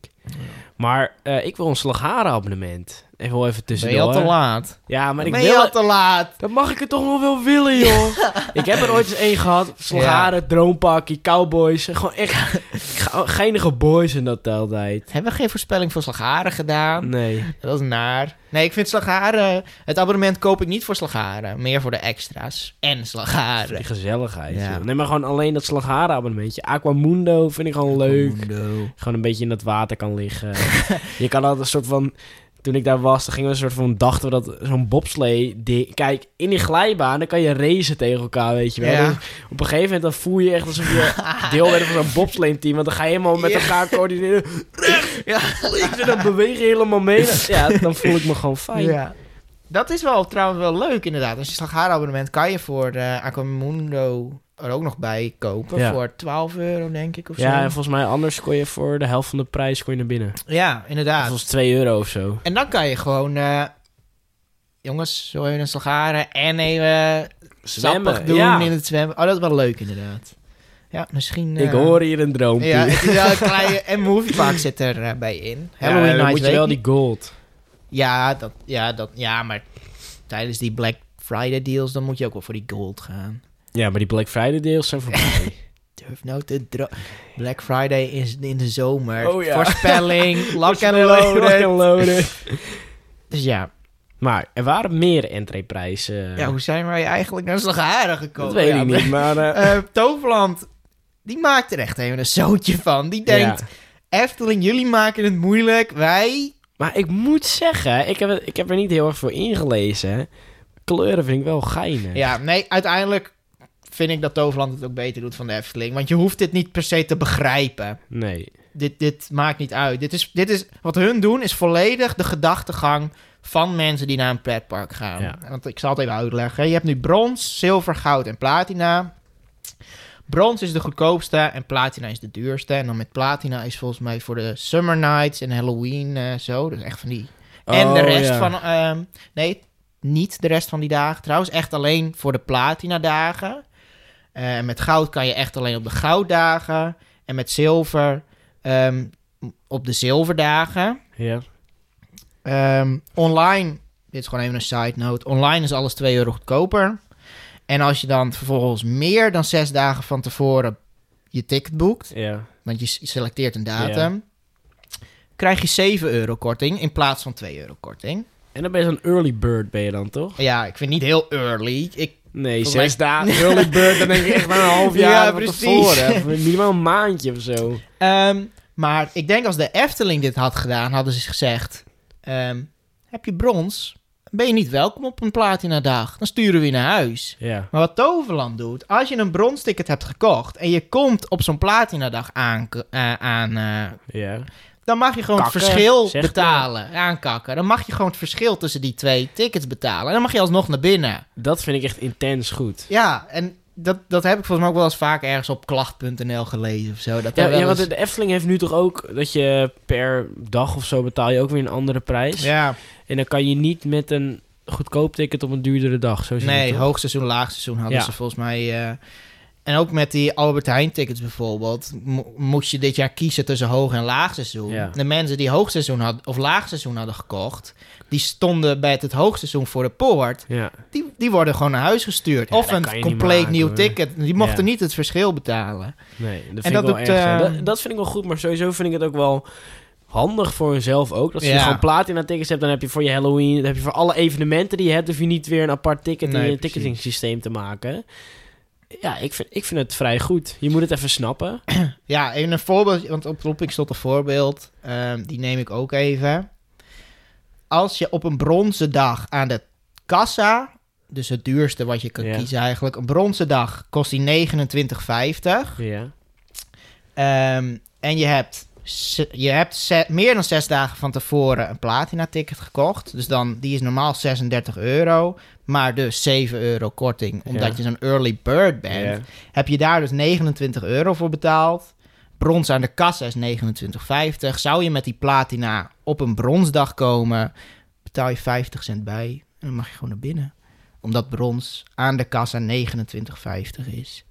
Maar eh, ik wil een slagharen abonnement. Even wel even
Ben je al
tussendoor.
te laat?
Ja, maar ik
ben
wil...
je al te laat?
Dan mag ik het toch nog wel willen, joh. ik heb er ooit eens één gehad. Slagharen, droompakkie, cowboys. Gewoon echt ge- oh, geinige boys in dat altijd.
Hebben we geen voorspelling voor Slagharen gedaan?
Nee.
Dat is naar. Nee, ik vind Slagharen... Het abonnement koop ik niet voor Slagharen. Meer voor de extra's. En Slagharen.
Die gezelligheid.
Ah, Ja.
joh. Nee, maar gewoon alleen dat slagharen abonnementje. Aquamundo vind ik gewoon leuk. Gewoon een beetje in dat water kan liggen. je kan altijd een soort van... Toen ik daar was, dan gingen we een soort van... Dachten we dat zo'n bobslee... ding- Kijk, in die glijbaan, dan kan je racen tegen elkaar, weet je wel.
Ja.
Dus op een gegeven moment dan voel je echt alsof je deel bent van zo'n bobslee team. Want dan ga je helemaal met
Ja.
elkaar coördineren.
Ja.
En dan beweeg je helemaal mee. Ja, dan voel ik me gewoon fijn.
Ja. Dat is wel trouwens wel leuk inderdaad. Als je Slagharen abonnement kan je voor eh Aquamundo er ook nog bij kopen.
Ja.
Voor 12 euro denk ik of
Ja, en
zo.
volgens mij anders kon je voor de helft van de prijs kon je naar binnen.
Ja,
Dat
inderdaad.
was 2 euro of zo.
En dan kan je gewoon... eh, jongens, zo even een Slagharen en even sappig doen
ja.
in het zwemmen. Oh, dat is wel leuk inderdaad. Ja, misschien...
Ik
eh,
hoor hier een droompje.
Ja, het is wel een kleine... En Moviepark zit er eh, bij in. Halloween
Ja, dan
Night
moet je
weet
wel
ik
die gold.
Ja, dat, ja, dat, ja, maar tijdens die Black Friday deals, dan moet je ook wel voor die gold gaan.
Ja, maar die Black Friday deals zijn voorbij.
Durf nou te dro- Black Friday is in de zomer.
Oh ja.
Voorspelling, lak en
Lock
loden.
and loaded.
Dus ja.
Maar er waren meer entreeprijzen.
ja, hoe zijn wij eigenlijk naar Slagharen gekomen?
dat weet
Ja,
ik niet, maar... eh,
eh, Toverland, die maakt er echt even een zootje van. Die denkt,
ja.
Efteling, jullie maken het moeilijk. Wij...
Maar ik moet zeggen, ik heb, het- ik heb er niet heel erg voor ingelezen. Kleuren vind ik wel geinig.
Ja, nee, uiteindelijk vind ik dat Toverland het ook beter doet van de Efteling. Want je hoeft dit niet per se te begrijpen.
Nee.
Dit, dit maakt niet uit. Dit is, dit is, wat hun doen is volledig de gedachtegang van mensen die naar een pretpark gaan.
Ja.
Want ik zal het even uitleggen. Je hebt nu brons, zilver, goud en platina. Brons is de goedkoopste en platina is de duurste. En dan met platina is volgens mij voor de Summer Nights en Halloween eh, zo. Dus echt van die. en de
Oh,
rest
ja.
van. ehm, nee, niet de rest van die dagen. Trouwens, echt alleen voor de platina dagen. Eh, met goud kan je echt alleen op de gouddagen. En met zilver ehm, op de zilverdagen.
Ja.
Ehm, online, dit is gewoon even een side note. Online is alles 2 euro goedkoper. En als je dan vervolgens meer dan zes dagen van tevoren je ticket boekt,
Ja.
want je s- selecteert een datum, krijg je 7 euro korting in plaats van 2 euro korting.
En dan ben je zo'n early bird, ben je dan toch?
Ja, ik vind het niet heel early. Ik,
Nee,
Volgens mij-
zes dagen early bird, dan denk ik echt maar een half jaar
Ja,
van
precies.
tevoren. Of Minimaal een maandje of zo.
ehm, maar ik denk als de Efteling dit had gedaan, hadden ze gezegd: ehm, heb je brons? Ben je niet welkom op een platina dag? Dan sturen we je naar huis.
Ja.
Maar wat Toverland doet, als je een bronsticket hebt gekocht en je komt op zo'n platinadag aan, eh, aan eh,
Ja.
dan mag je gewoon
Kakken,
het verschil
zegt
betalen, aankakken. Dan mag je gewoon het verschil tussen die twee tickets betalen en dan mag je alsnog naar binnen.
Dat vind ik echt intens goed.
Ja, en dat, dat heb ik volgens mij ook wel eens vaak ergens op klacht.nl gelezen of zo. Dat
Ja,
er wel
ja, want
eens-
de Efteling heeft nu toch ook dat je per dag of zo betaal je ook weer een andere prijs.
ja
En dan kan je niet met een goedkoop ticket op een duurdere dag. Zo zit het
nee,
toch?
hoogseizoen, laagseizoen hadden
Ja.
ze volgens mij. eh, en ook met die Albert Heijn tickets bijvoorbeeld, mo- moest je dit jaar kiezen tussen hoog en laagseizoen.
Ja.
De mensen die hoogseizoen hadden of laagseizoen hadden gekocht, die stonden bij het, het hoogseizoen voor de poort,
Ja.
die, die worden gewoon naar huis gestuurd.
Ja,
of
dat
een
kan je niet
compleet
maken,
nieuw
hoor.
ticket. Die mochten
Ja.
niet het verschil betalen.
Nee, dat vind
En
ik
dat
wel
doet,
erg. hè.
eh,
dat, dat vind ik wel goed, maar sowieso vind ik het ook wel handig voor hunzelf ook. Dat als je
Ja.
gewoon platina tickets hebt, dan heb je voor je Halloween, dan heb je voor alle evenementen die je hebt, hoef je niet weer een apart ticket
Nee,
in je
precies.
ticketing systeem te maken. Ja, ik vind, ik vind het vrij goed. Je moet het even snappen.
Ja, even een voorbeeld, want op Roeping stond een voorbeeld. ehm, die neem ik ook even. Als je op een bronzen dag aan de kassa, dus het duurste wat je kan
Ja.
kiezen eigenlijk, een bronzen dag kost die 29,50.
Ja.
Ehm, en je hebt, ze- je hebt ze- meer dan zes dagen van tevoren een platina-ticket gekocht. Dus dan, die is normaal 36 euro, maar dus 7 euro korting, omdat
Ja.
je zo'n early bird bent
Ja.
heb je daar dus 29 euro voor betaald. Brons aan de kassa is 29,50. Zou je met die platina op een bronsdag komen, betaal je 50 cent bij en dan mag je gewoon naar binnen. Omdat brons aan de kassa 29,50 is.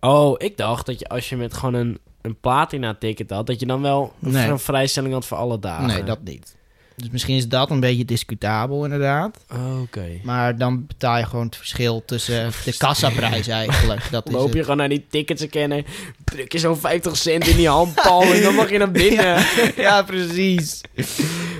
Oh, ik dacht dat je als je met gewoon een, een platina ticket had, dat je dan wel een
Nee.
vri- vrijstelling had voor alle dagen.
Nee, dat niet. Dus misschien is dat een beetje discutabel inderdaad.
Oh, Oké.
Maar dan betaal je gewoon het verschil tussen de kassaprijs eigenlijk. Dat is
Loop je
het.
gewoon naar die tickets kennen, druk je zo'n 50 cent in die handpal en dan mag je naar binnen.
Ja, precies.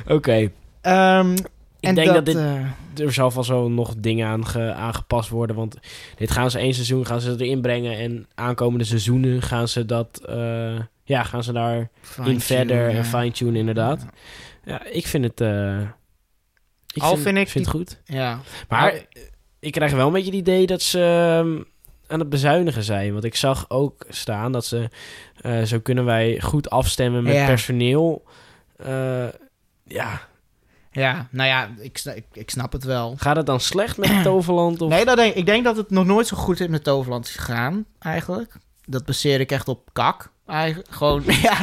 Oké.
Ehm,
Ik
en
denk dat, dit,
eh,
er zal vast wel nog dingen aan ge- aangepast worden. Want dit gaan ze één seizoen gaan ze erin brengen. En aankomende seizoenen gaan ze dat. eh, ja, gaan ze daar in
fine-tune,
verder
ja.
en fine-tune, inderdaad. Ja, ik vind het. eh, ik
Al vind ik
vind het goed.
Ja.
Maar ik krijg wel een beetje het idee dat ze ehm, aan het bezuinigen zijn. Want ik zag ook staan dat ze... eh, zo kunnen wij goed afstemmen met
Ja.
personeel. Eh, ja,
Ja, nou ja, ik, sna- ik, ik snap het wel.
gaat het dan slecht met Toverland? Of...
Nee, dat denk, ik denk dat het nog nooit zo goed is met Toverland is gegaan, eigenlijk. Dat baseer ik echt op kak. Eigenlijk. Gewoon, ja.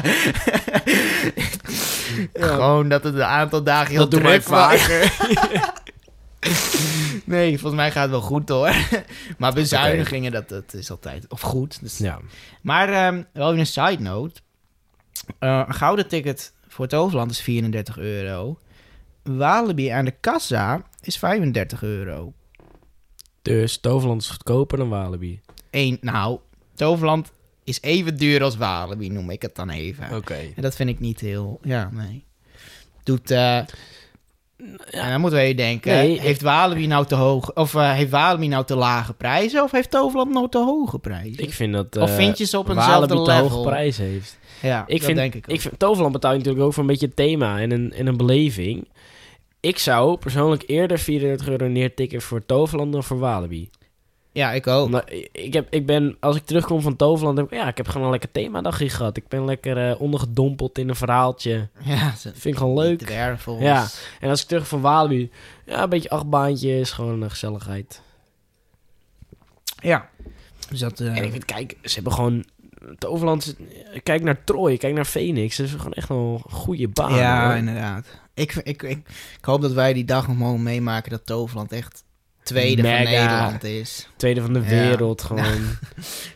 Gewoon dat het een aantal dagen heel
Dat doen wij
druk was. nee, volgens mij gaat het wel goed hoor. Maar bezuinigingen, dat, dat is altijd... Of goed. Dus.
Ja.
Maar ehm, wel even een side note. Eh, een gouden ticket voor Toverland is 34 euro. Walibi aan de kassa is 35 euro.
Dus Toverland is goedkoper dan Walibi.
Eén, nou, Toverland is even duur als Walibi, noem ik het dan even.
Oké.
En dat vind ik niet heel... Ja, nee. Doet... eh en dan moeten we even denken,
Nee,
heeft Walibi nou te hoog... Of eh, heeft Walibi nou te lage prijzen? Of heeft Toverland nou te hoge prijzen?
Ik vind dat...
of
eh,
vind je ze op eenzelfde
Walibi te
level?
hoge prijs heeft.
Ja,
Ik
dat
vind,
denk ik ook.
vind, Toverland betaalt natuurlijk ook voor een beetje het thema en een, en een beleving. Ik zou persoonlijk eerder 34 euro neertikken voor Toverland dan voor Walibi.
ja, ik ook.
Omdat ik- ik, heb, ik ben, als ik terugkom van Toverland, heb ik, ja, ik heb gewoon een lekker themadagje gehad. Ik ben lekker eh, ondergedompeld in een verhaaltje.
Ja, ze-
Vind ik gewoon
die
leuk.
Dwervels.
Ja. En als ik terug van Walibi, eh, ja, een beetje achtbaantjes, gewoon een gezelligheid.
ja. Dus dat, eh,
En ik vind, kijk, ze hebben gewoon... Het overland... zit- Kijk naar Troy, kijk naar Phoenix. Dat is gewoon echt wel een goede baan.
ja,
hoor.
inderdaad. Ik, ik, ik, ik hoop dat wij die dag nog mogen meemaken dat Toverland echt tweede van
Mega.
Nederland is.
Tweede van de
Ja.
wereld gewoon.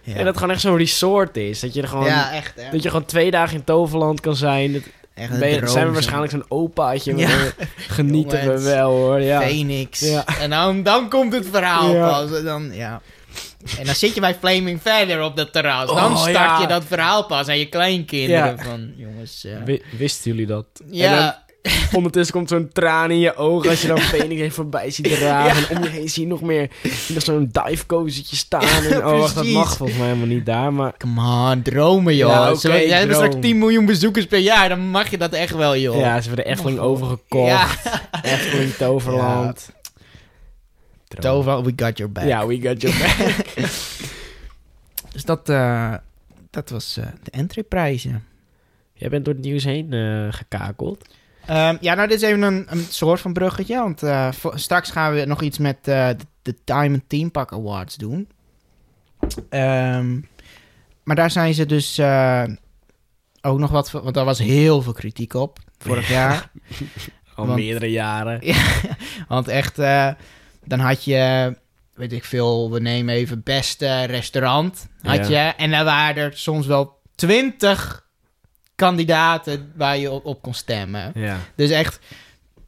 Ja,
En dat het gewoon echt zo'n resort is. Dat je er gewoon...
ja echt. Hè?
Dat je gewoon twee dagen in Toverland kan zijn. Dat
echt een
ben je-
droom,
zijn we
zo.
waarschijnlijk zo'n opaatje.
Ja.
maar we Genieten
Jongens.
we wel hoor. Ja.
Phoenix.
Ja.
En dan, dan komt het verhaal
Ja.
pas. En Dan, ja. En dan zit je bij Flaming verder op dat terras. Dan
Oh,
start
ja.
je dat verhaal pas aan je kleinkinderen.
Ja.
Van jongens. eh,
Wi- Wisten jullie dat?
ja,
Ondertussen komt zo'n traan in je ogen als je dan Phoenix even voorbij ziet dragen. En om je heen zie je nog meer zie je nog zo'n divecozertje staan. en, oh, wacht, dat
precies.
mag volgens mij helemaal niet daar. Maar
come on, dromen joh.
Ja, oké,
Zullen we- jij hebt
droom.
straks 10 miljoen bezoekers per jaar. Dan mag je dat echt wel joh.
ja, ze hebben de Efteling overgekocht.
Ja.
Efteling Toverland. Droom.
Toverland, we got your back.
Ja, we got your back.
Dus dat, eh, dat was eh, de entryprijzen.
Jij bent door het nieuws heen eh, gekakeld.
Ehm, ja, nou, dit is even een, een soort van bruggetje. Want eh, vo- straks gaan we nog iets met eh, de, de Diamond Team Pack Awards doen. Ehm, maar daar zijn ze dus eh, ook nog wat... van- Want daar was heel veel kritiek op vorig jaar.
Al
Want-
meerdere jaren.
Want echt, eh, dan had je... Weet ik veel, we nemen even beste restaurant. Had
Ja.
je, en daar waren er soms wel twintig kandidaten waar je op, op kon stemmen.
Ja.
Dus echt,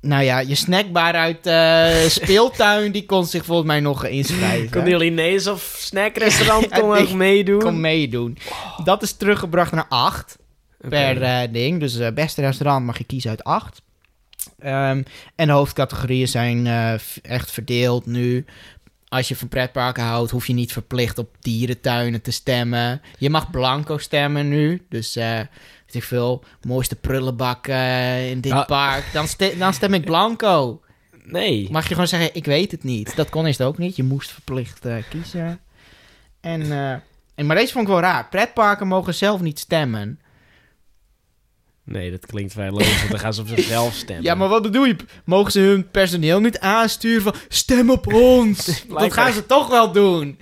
nou ja, je snackbar uit eh, speeltuin, die kon zich volgens mij nog inschrijven.
Kon jullie ineens of snackrestaurant
Ja,
kon
nee.
ook meedoen?
Kon meedoen. Dat is teruggebracht naar 8
Oké.
per eh, ding. Dus eh, beste restaurant mag je kiezen uit 8. en de hoofdcategorieën zijn eh, v- echt verdeeld nu. Als je van pretparken houdt, hoef je niet verplicht op dierentuinen te stemmen. Je mag blanco stemmen nu. Dus eh weet ik veel, mooiste prullenbak eh, in dit
Ah.
park. Dan, ste- dan stem ik blanco.
Nee.
Mag je gewoon zeggen, ik weet het niet. Dat kon eerst ook niet. Je moest verplicht eh, kiezen. En, eh, en, maar deze vond ik wel raar. Pretparken mogen zelf niet stemmen.
Nee, dat klinkt vrij logisch. want Dan gaan ze op zichzelf stemmen.
Ja, maar wat bedoel je? Mogen ze hun personeel niet aansturen van... Stem op ons! dat gaan ze toch wel doen.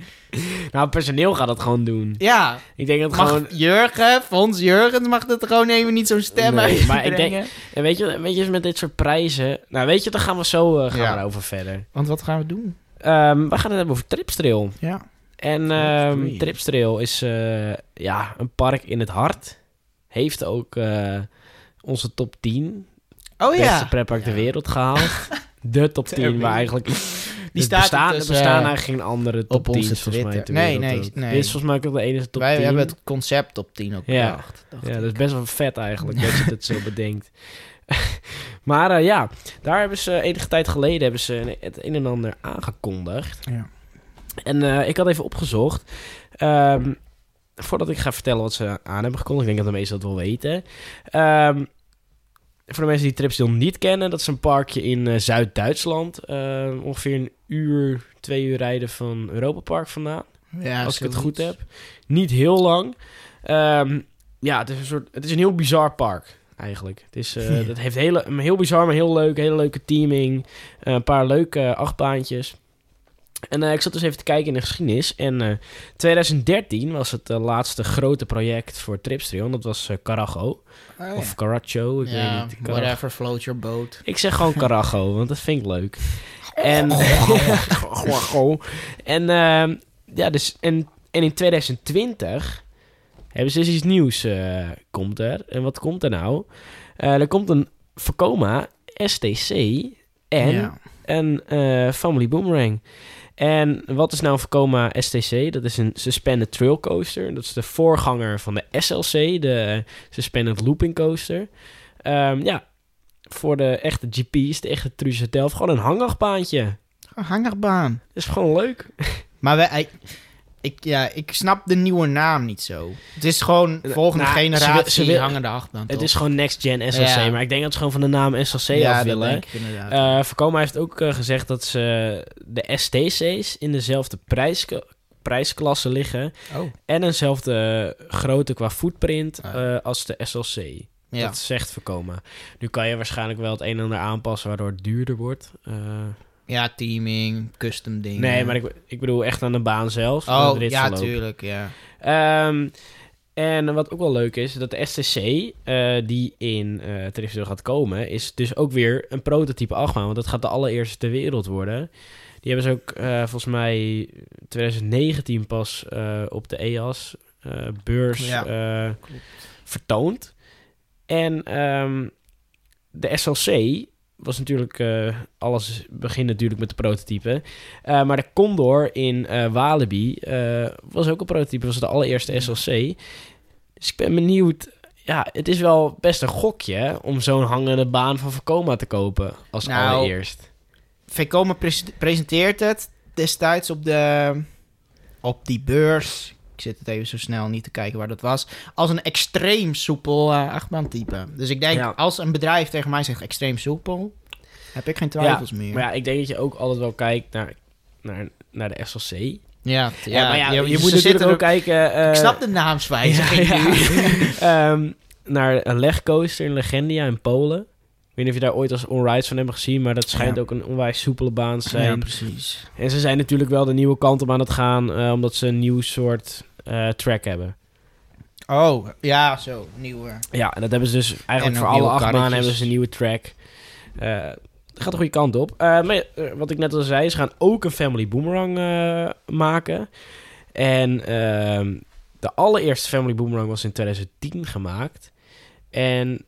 Nou, het personeel gaat dat gewoon doen.
Ja,
Ik denk dat
mag
gewoon...
Jurgen, Fons Jurgens mag dat gewoon even niet zo'n stemmen
Nee, maar ik
uitbrengen.
En weet je, weet je, eens met dit soort prijzen... Nou, weet je, dan gaan we zo eh gaan
Ja.
we erover verder.
Want wat gaan we doen?
Ehm, we gaan het hebben over Tripstrail.
Ja.
En ehm
Tripstrail.
Tripstrail is eh, ja, een park in het hart. Heeft ook eh, onze top 10
Oh
beste
ja.
pretpark ter
Ja.
wereld gehaald. De top 10, maar eigenlijk... Die
staat
bestaan,
dus,
er bestaan
eh,
eigenlijk geen andere
op
top 10
onze
volgens mij
Twitter.
ter
Nee,
wereld
nee,
ook.
nee.
Dit is volgens mij ook wel de enige top
Wij
10.
hebben het concept op 10 ook
Ja.
bedacht. dacht
Ja, dus
ik.
dat is best wel vet eigenlijk dat je dat zo bedenkt. maar eh, ja, daar hebben ze enige tijd geleden hebben ze het een en ander aangekondigd.
Ja.
En eh, ik had even opgezocht. ehm, voordat ik ga vertellen wat ze aan hebben gekondigd, ik denk dat de meesten dat wel weten. Ehm, voor de mensen die Tripsdeel niet kennen, dat is een parkje in eh, Zuid-Duitsland. Eh, ongeveer een uur, twee uur rijden van Europa Park vandaan
Ja,
als ik het
zoiets.
goed heb. Niet heel lang. Ehm, ja, het is, een soort, het is een heel bizar park eigenlijk. Het is, eh,
Ja.
dat heeft hele, een heel bizar, maar heel leuk. Hele leuke teaming. Eh, een paar leuke achtbaantjes. En eh, ik zat dus even te kijken in de geschiedenis. En eh, 2013 was het eh, laatste grote project voor Tripstrail. En dat was eh, Carajo.
Oh, ja.
Of Caracho, ik
ja,
weet niet. Carajo.
whatever float your boat.
Ik zeg gewoon Carajo, want dat vind ik leuk. En, en, ehm, ja, dus, en, en in 2020 hebben ze dus iets nieuws. eh, komt er. En wat komt er nou? Eh, er komt een Vekoma STC en
Ja.
een eh, Family Boomerang. En wat is nou een Vekoma STC? Dat is een Suspended Trail Coaster. Dat is de voorganger van de SLC, de Suspended Looping Coaster. Ehm, ja, voor de echte GP's, de echte Truus zelf, gewoon een hangachtbaantje.
Een hangerbaan.
Dat is gewoon leuk.
Maar wij, ik, ik, ja, ik snap de nieuwe naam niet zo. Het is gewoon volgende
nou, ze wil-
generatie
ze wil-
hangende achtbaan,
Het
toch?
is gewoon Next Gen SLC,
Ja.
maar ik denk dat ze gewoon van de naam SLC
ja,
af
dat
willen.
denk ik inderdaad.
Eh Vekoma heeft ook eh, gezegd dat ze de STC's in dezelfde prijske- prijsklasse liggen
oh.
en eenzelfde eh, grootte qua footprint
Ah.
eh, als de SLC.
Ja.
Dat zegt Vekoma. Nu kan je waarschijnlijk wel het een en ander aanpassen waardoor het duurder wordt. Eh,
Ja, teaming, custom dingen.
Nee, maar ik, ik bedoel echt aan de baan zelf. aan het
Oh, ja,
ritverloop.
tuurlijk, ja.
Ehm, en wat ook wel leuk is, dat de STC eh, die in eh Trifter gaat komen, is dus ook weer een prototype achtbaan. Want dat gaat de allereerste ter wereld worden. Die hebben ze ook eh, volgens mij 2019 pas eh, op de EAS eh, beurs
Ja,
eh, vertoond. En ehm, de SLC was natuurlijk, eh, alles begint natuurlijk met de prototype. Eh, maar de Condor in eh, Walibi eh, was ook een prototype, was de allereerste SLC. Dus ik ben benieuwd. Ja, het is wel best een gokje hè, om zo'n hangende baan van Vekoma te kopen als
Nou,
allereerst.
Vekoma pres- presenteert het destijds op, de, op die beurs. Ik zit het even zo snel niet te kijken waar dat was. Als een extreem soepel eh, achtbaantype. Dus ik denk,
Ja.
als een bedrijf tegen mij zegt extreem soepel, heb ik geen twijfels meer.
Maar ja, ik denk dat je ook altijd wel kijkt naar, naar, naar de SLC. Ja,
Ja, t- ja,
maar ja, je, moet
ze
natuurlijk
zitten
ook
er
kijken... eh,
Ik snap de naamswijziging
Ja,
nu.
ja. Ehm, naar een legcoaster in Legendia in Polen. Ik weet niet of je daar ooit als onrides van hebt gezien, maar dat schijnt
Ja.
ook een onwijs soepele baan te
Ja,
zijn.
precies.
en ze zijn natuurlijk wel de nieuwe kant op aan het gaan, eh, omdat ze een nieuw soort eh, track hebben.
Oh, ja, zo, nieuwe.
Ja, en dat hebben ze dus eigenlijk
ook
voor alle
nieuwe
acht maanden
karretjes.
hebben ze een nieuwe track. Eh, het gaat de goede kant op. Eh, maar ja, eh, wat ik net al zei, ze gaan ook een Family Boomerang eh, maken. En ehm, de allereerste Family Boomerang was in 2010 gemaakt. En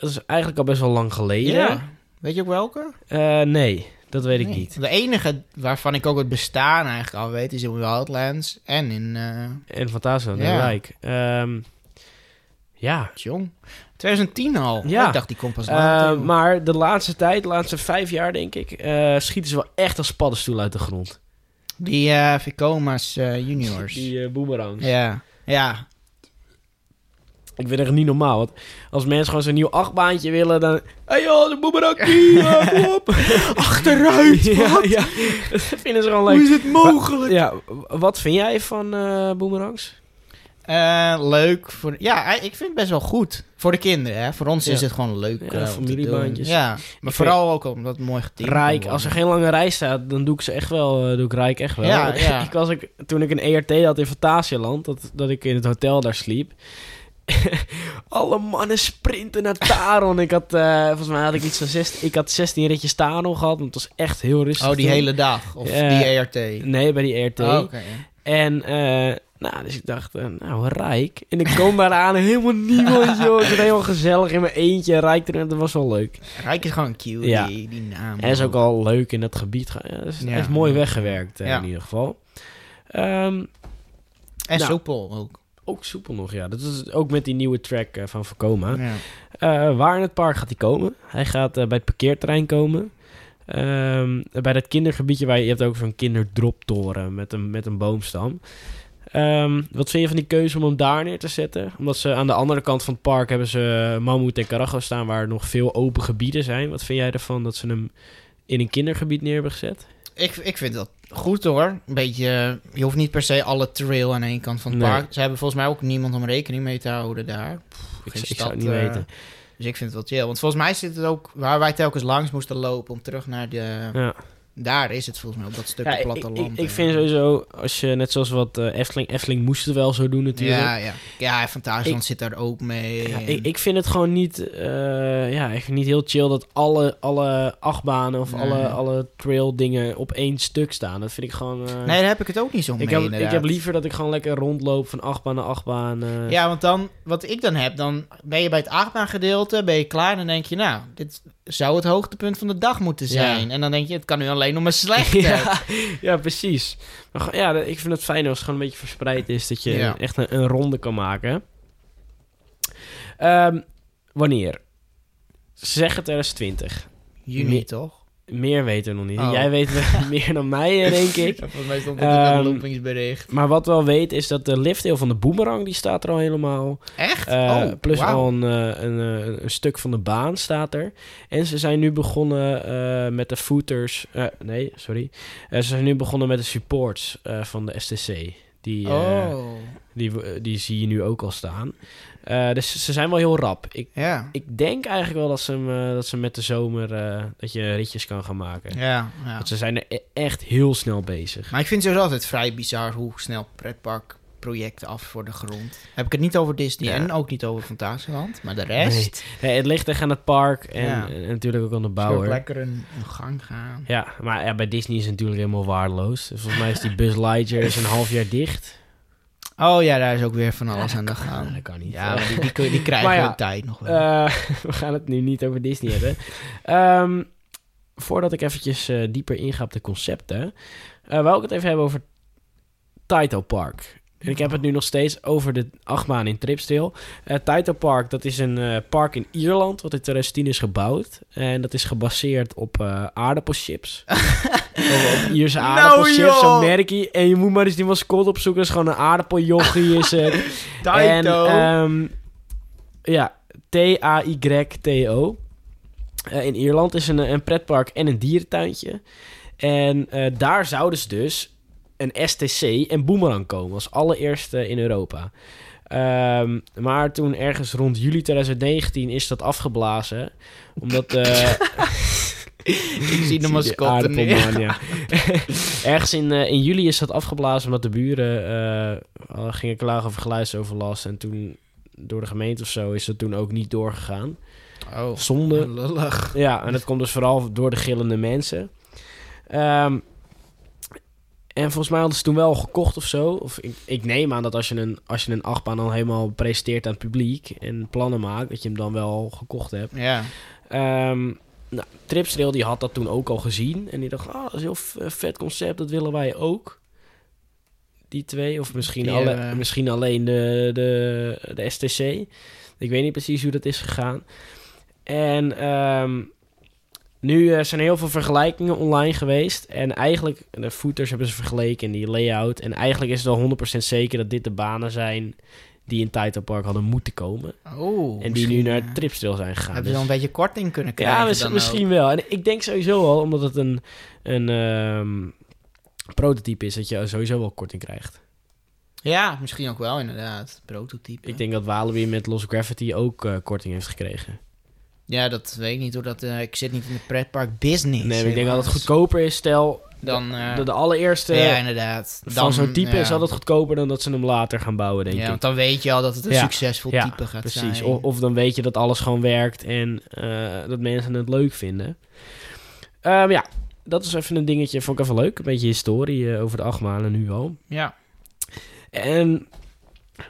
dat is eigenlijk al best wel lang geleden.
Weet je ook welke?
Eh, nee, dat weet ik
Nee.
niet.
De enige waarvan ik ook het bestaan eigenlijk al weet, is in Wildlands en in eh
En Fantasia,
Ja.
ja. Rijk. Ehm, ja,
Jong. 2010 al.
Ja.
Ik dacht, die komt pas
Eh,
later.
maar de laatste tijd, de laatste vijf jaar denk ik, eh, schieten ze wel echt als paddenstoel uit de grond.
Die eh Vicoma's eh, juniors.
Die eh boomerang.
Ja. Ja.
Ik vind het echt niet normaal. Want als mensen gewoon zo'n nieuw achtbaantje willen, dan... hey joh, de boomerang die, eh, kom op.
Achteruit,
ja,
wat?
ja. Dat vinden ze gewoon
Hoe
leuk.
is het mogelijk?
Ja, wat vind jij van eh boomerangs?
Eh, leuk. Voor, ja, eh, ik vind het best wel goed. Voor de kinderen, hè. Voor ons
Ja.
is het gewoon leuk.
Ja,
eh, om te
familiebaantjes.
doen. Ja, maar
vind-
vooral ook omdat het mooi geteamd kan
Rijk,
worden. Oh,
als er geen lange rij staat, dan doe ik ze echt wel. eh, doe ik Rijk echt wel.
Ja, ja.
ik was ook, toen ik een ERT had in Fantasieland, dat, dat ik in het hotel daar sliep. Alle mannen sprinten naar Taron. Ik had, eh, volgens mij had ik iets van 16, ik had 16 ritjes Taron gehad, want het was echt heel rustig.
Oh, die
toen.
hele dag. Of
Ja. E
die ERT.
Nee, bij die ERT.
Oh, oké.
En, eh, nou, dus ik dacht, eh, nou, Rijk. En ik kom daar aan, en helemaal niemand, joh. Ik ben helemaal gezellig in mijn eentje. Rijk erin, dat was wel leuk.
Rijk is gewoon cute,
Ja.
die, die naam.
Hij is ook al leuk in dat gebied. ge- Ja, dat is,
Mm. Ja.
hij is mooi weggewerkt eh,
Ja.
in ieder geval. Ehm,
En
Nou.
soepel ook.
ook soepel nog, ja. Dat is ook met die nieuwe track eh, van Vekoma.
Ja.
Eh, waar in het park gaat hij komen? Hij gaat eh, bij het parkeerterrein komen. Ehm, bij dat kindergebiedje waar je, je hebt ook zo'n kinderdroptoren met een, met een boomstam. Ehm, wat vind je van die keuze om hem daar neer te zetten? Omdat ze aan de andere kant van het park hebben ze eh, Mammoet en Carago staan waar nog veel open gebieden zijn. Wat vind jij ervan dat ze hem in een kindergebied neer hebben gezet?
Ik, ik vind dat goed hoor. Een beetje, eh, je hoeft niet per se alle trail aan één kant van het
Nee.
park. Ze hebben volgens mij ook niemand om rekening mee te houden daar.
Ik,
Geen
z- ik zou het niet
stad, eh,
weten.
Dus ik vind het wel chill. Want volgens mij zit het ook waar wij telkens langs moesten lopen om terug naar de.
Ja.
Daar is het volgens mij op dat stukje
Ja, ik, ik,
platteland.
ik,
eh.
vind sowieso, als je net zoals wat eh, Efteling, Efteling moest het wel zo doen natuurlijk.
Ja, ja. ja Fantasieland
Ik-
zit daar ook mee.
Ja,
en-
ik, ik vind het gewoon niet, eh, ja, ik vind het niet heel chill dat alle, alle achtbanen of
Nee.
alle, alle trail dingen op één stuk staan. Dat vind ik gewoon... eh,
nee, daar heb ik het ook niet zo mee.
ik, heb, ik
inderdaad.
heb liever dat ik gewoon lekker rondloop van achtbaan naar achtbaan. eh.
Ja, want dan, wat ik dan heb, dan ben je bij het achtbaangedeelte, ben je klaar en dan denk je, nou, dit zou het hoogtepunt van de dag moeten
Ja.
zijn. En dan denk je, het kan nu alleen nog maar slechter.
ja, ja, precies. Maar gewoon- ja, ik vind het fijn als het gewoon een beetje verspreid is. Dat je
Ja.
echt een, een ronde kan maken. Ehm, wanneer? Ze zeggen 2020.
Juni,
Nee.
toch?
Meer weten we nog niet.
Oh.
Jij weet wel meer dan mij, eh, denk ik.
Volgens mij stond
het in een Ehm,
loopingsbericht.
Maar wat we al weten is dat de liftdeel van de boomerang... die staat er al helemaal.
Echt?
Eh,
oh,
plus
wauw.
al een, eh, een, eh, een stuk van de baan staat er. En ze zijn nu begonnen eh, met de footers. eh, nee, sorry. Eh, ze zijn nu begonnen met de supports eh, van de STC. Die, eh,
oh.
die, eh, die zie je nu ook al staan. Eh, dus ze zijn wel heel rap. Ik,
Ja.
ik denk eigenlijk wel dat ze, hem, eh, dat ze met de zomer eh, dat je ritjes kan gaan maken.
Ja, ja.
Want ze zijn er e- echt heel snel bezig.
Maar ik vind het sowieso altijd vrij bizar hoe snel pretparkprojecten af voor de grond. Heb ik het niet over Disney
Ja.
en ook niet over Fantasieland, maar de rest. Zou
Nee, het ligt echt aan het park en,
Ja.
en natuurlijk ook aan de
ik
bouwer.
lekker een, een gang gaan.
Ja, maar ja, bij Disney is het natuurlijk helemaal waardeloos. Dus volgens mij is die Buzz Lightyear is een half jaar dicht.
Oh ja, daar is ook weer van alles aan de
Nou,
gang.
dat kan niet.
Ja, maar die, die, kun- die krijgen
Maar ja,
de tijd nog wel.
Eh, we gaan het nu niet over Disney hebben. Ehm, voordat ik eventjes eh, dieper inga op de concepten, eh wou ik het even hebben over Taito Park. En ik heb het nu nog steeds over de achtbaan in Tripsdale. Eh Taito Park, dat is een eh, park in Ierland, wat in 2010 is gebouwd. En dat is gebaseerd op eh, aardappelchips. Op- op Ierse
Nou,
aardappelchips,
joh.
zo'n merkie. En je moet maar eens die mascotte opzoeken. Dat is gewoon een aardappeljoggie, is het.
Taito.
En, ehm, ja, T-A-Y-T-O. Eh, in Ierland is een, een pretpark en een dierentuintje. En eh, daar zouden ze dus een STC en Boomerang komen als allereerste in Europa. Ehm, maar toen ergens rond juli 2019 is dat afgeblazen. Omdat... eh,
ik zie de
die
mascotte nu.
aardappelman, ja. Ergens in, eh, in juli is dat afgeblazen omdat de buren eh, al gingen klagen over geluidsoverlast. En toen, door de gemeente of zo, is dat toen ook niet doorgegaan.
Oh,
Zonde.
lullig.
Ja, en dat komt dus vooral door de gillende mensen. Ehm, en volgens mij hadden ze toen wel gekocht of zo. Of ik, ik neem aan dat als je, een, als je een achtbaan al helemaal presenteert aan het publiek en plannen maakt, dat je hem dan wel gekocht hebt.
Ja.
Ehm nou, Tripsrail die had dat toen ook al gezien. En die dacht, ah, dat is een heel v- vet concept, dat willen wij ook. Die twee, of misschien,
Die
alle,
hebben we.
misschien alleen de, de, de STC. Ik weet niet precies hoe dat is gegaan. En ehm, nu eh, zijn er heel veel vergelijkingen online geweest. En eigenlijk, de footers hebben ze vergeleken in die layout. En eigenlijk is het al 100% zeker dat dit de banen zijn die in Taito Park hadden moeten komen.
Oh,
en die nu
misschien,
naar
eh,
Tripsrail zijn gegaan.
Hebben ze
Dus-
dan een beetje korting kunnen krijgen?
ja, mis-
dan
misschien wel. En ik denk sowieso al, omdat het een, een ehm, prototype is, dat je sowieso wel korting krijgt.
ook? Ja, misschien ook wel, inderdaad. Prototype.
Ik denk dat Walibi met Lost Gravity ook eh, korting heeft gekregen.
Ja, dat weet ik niet, hoor. Dat, eh, ik zit niet in de pretpark business.
nee, maar ik denk dat het
helaas.
goedkoper is. Stel,
Dan, eh,
de, de allereerste
ja, inderdaad.
van zo'n type
ja.
is altijd goedkoper dan dat ze hem later gaan bouwen, denk
Ja,
ik.
want dan weet je al dat het een
Ja,
succesvol
ja,
type gaat zijn.
Precies. Of, of dan weet je dat alles gewoon werkt en eh, dat mensen het leuk vinden. Ehm, ja, dat is even een dingetje. Vond ik even leuk. Een beetje historie eh, over de achtmalen nu al.
Ja.
En. Ehm,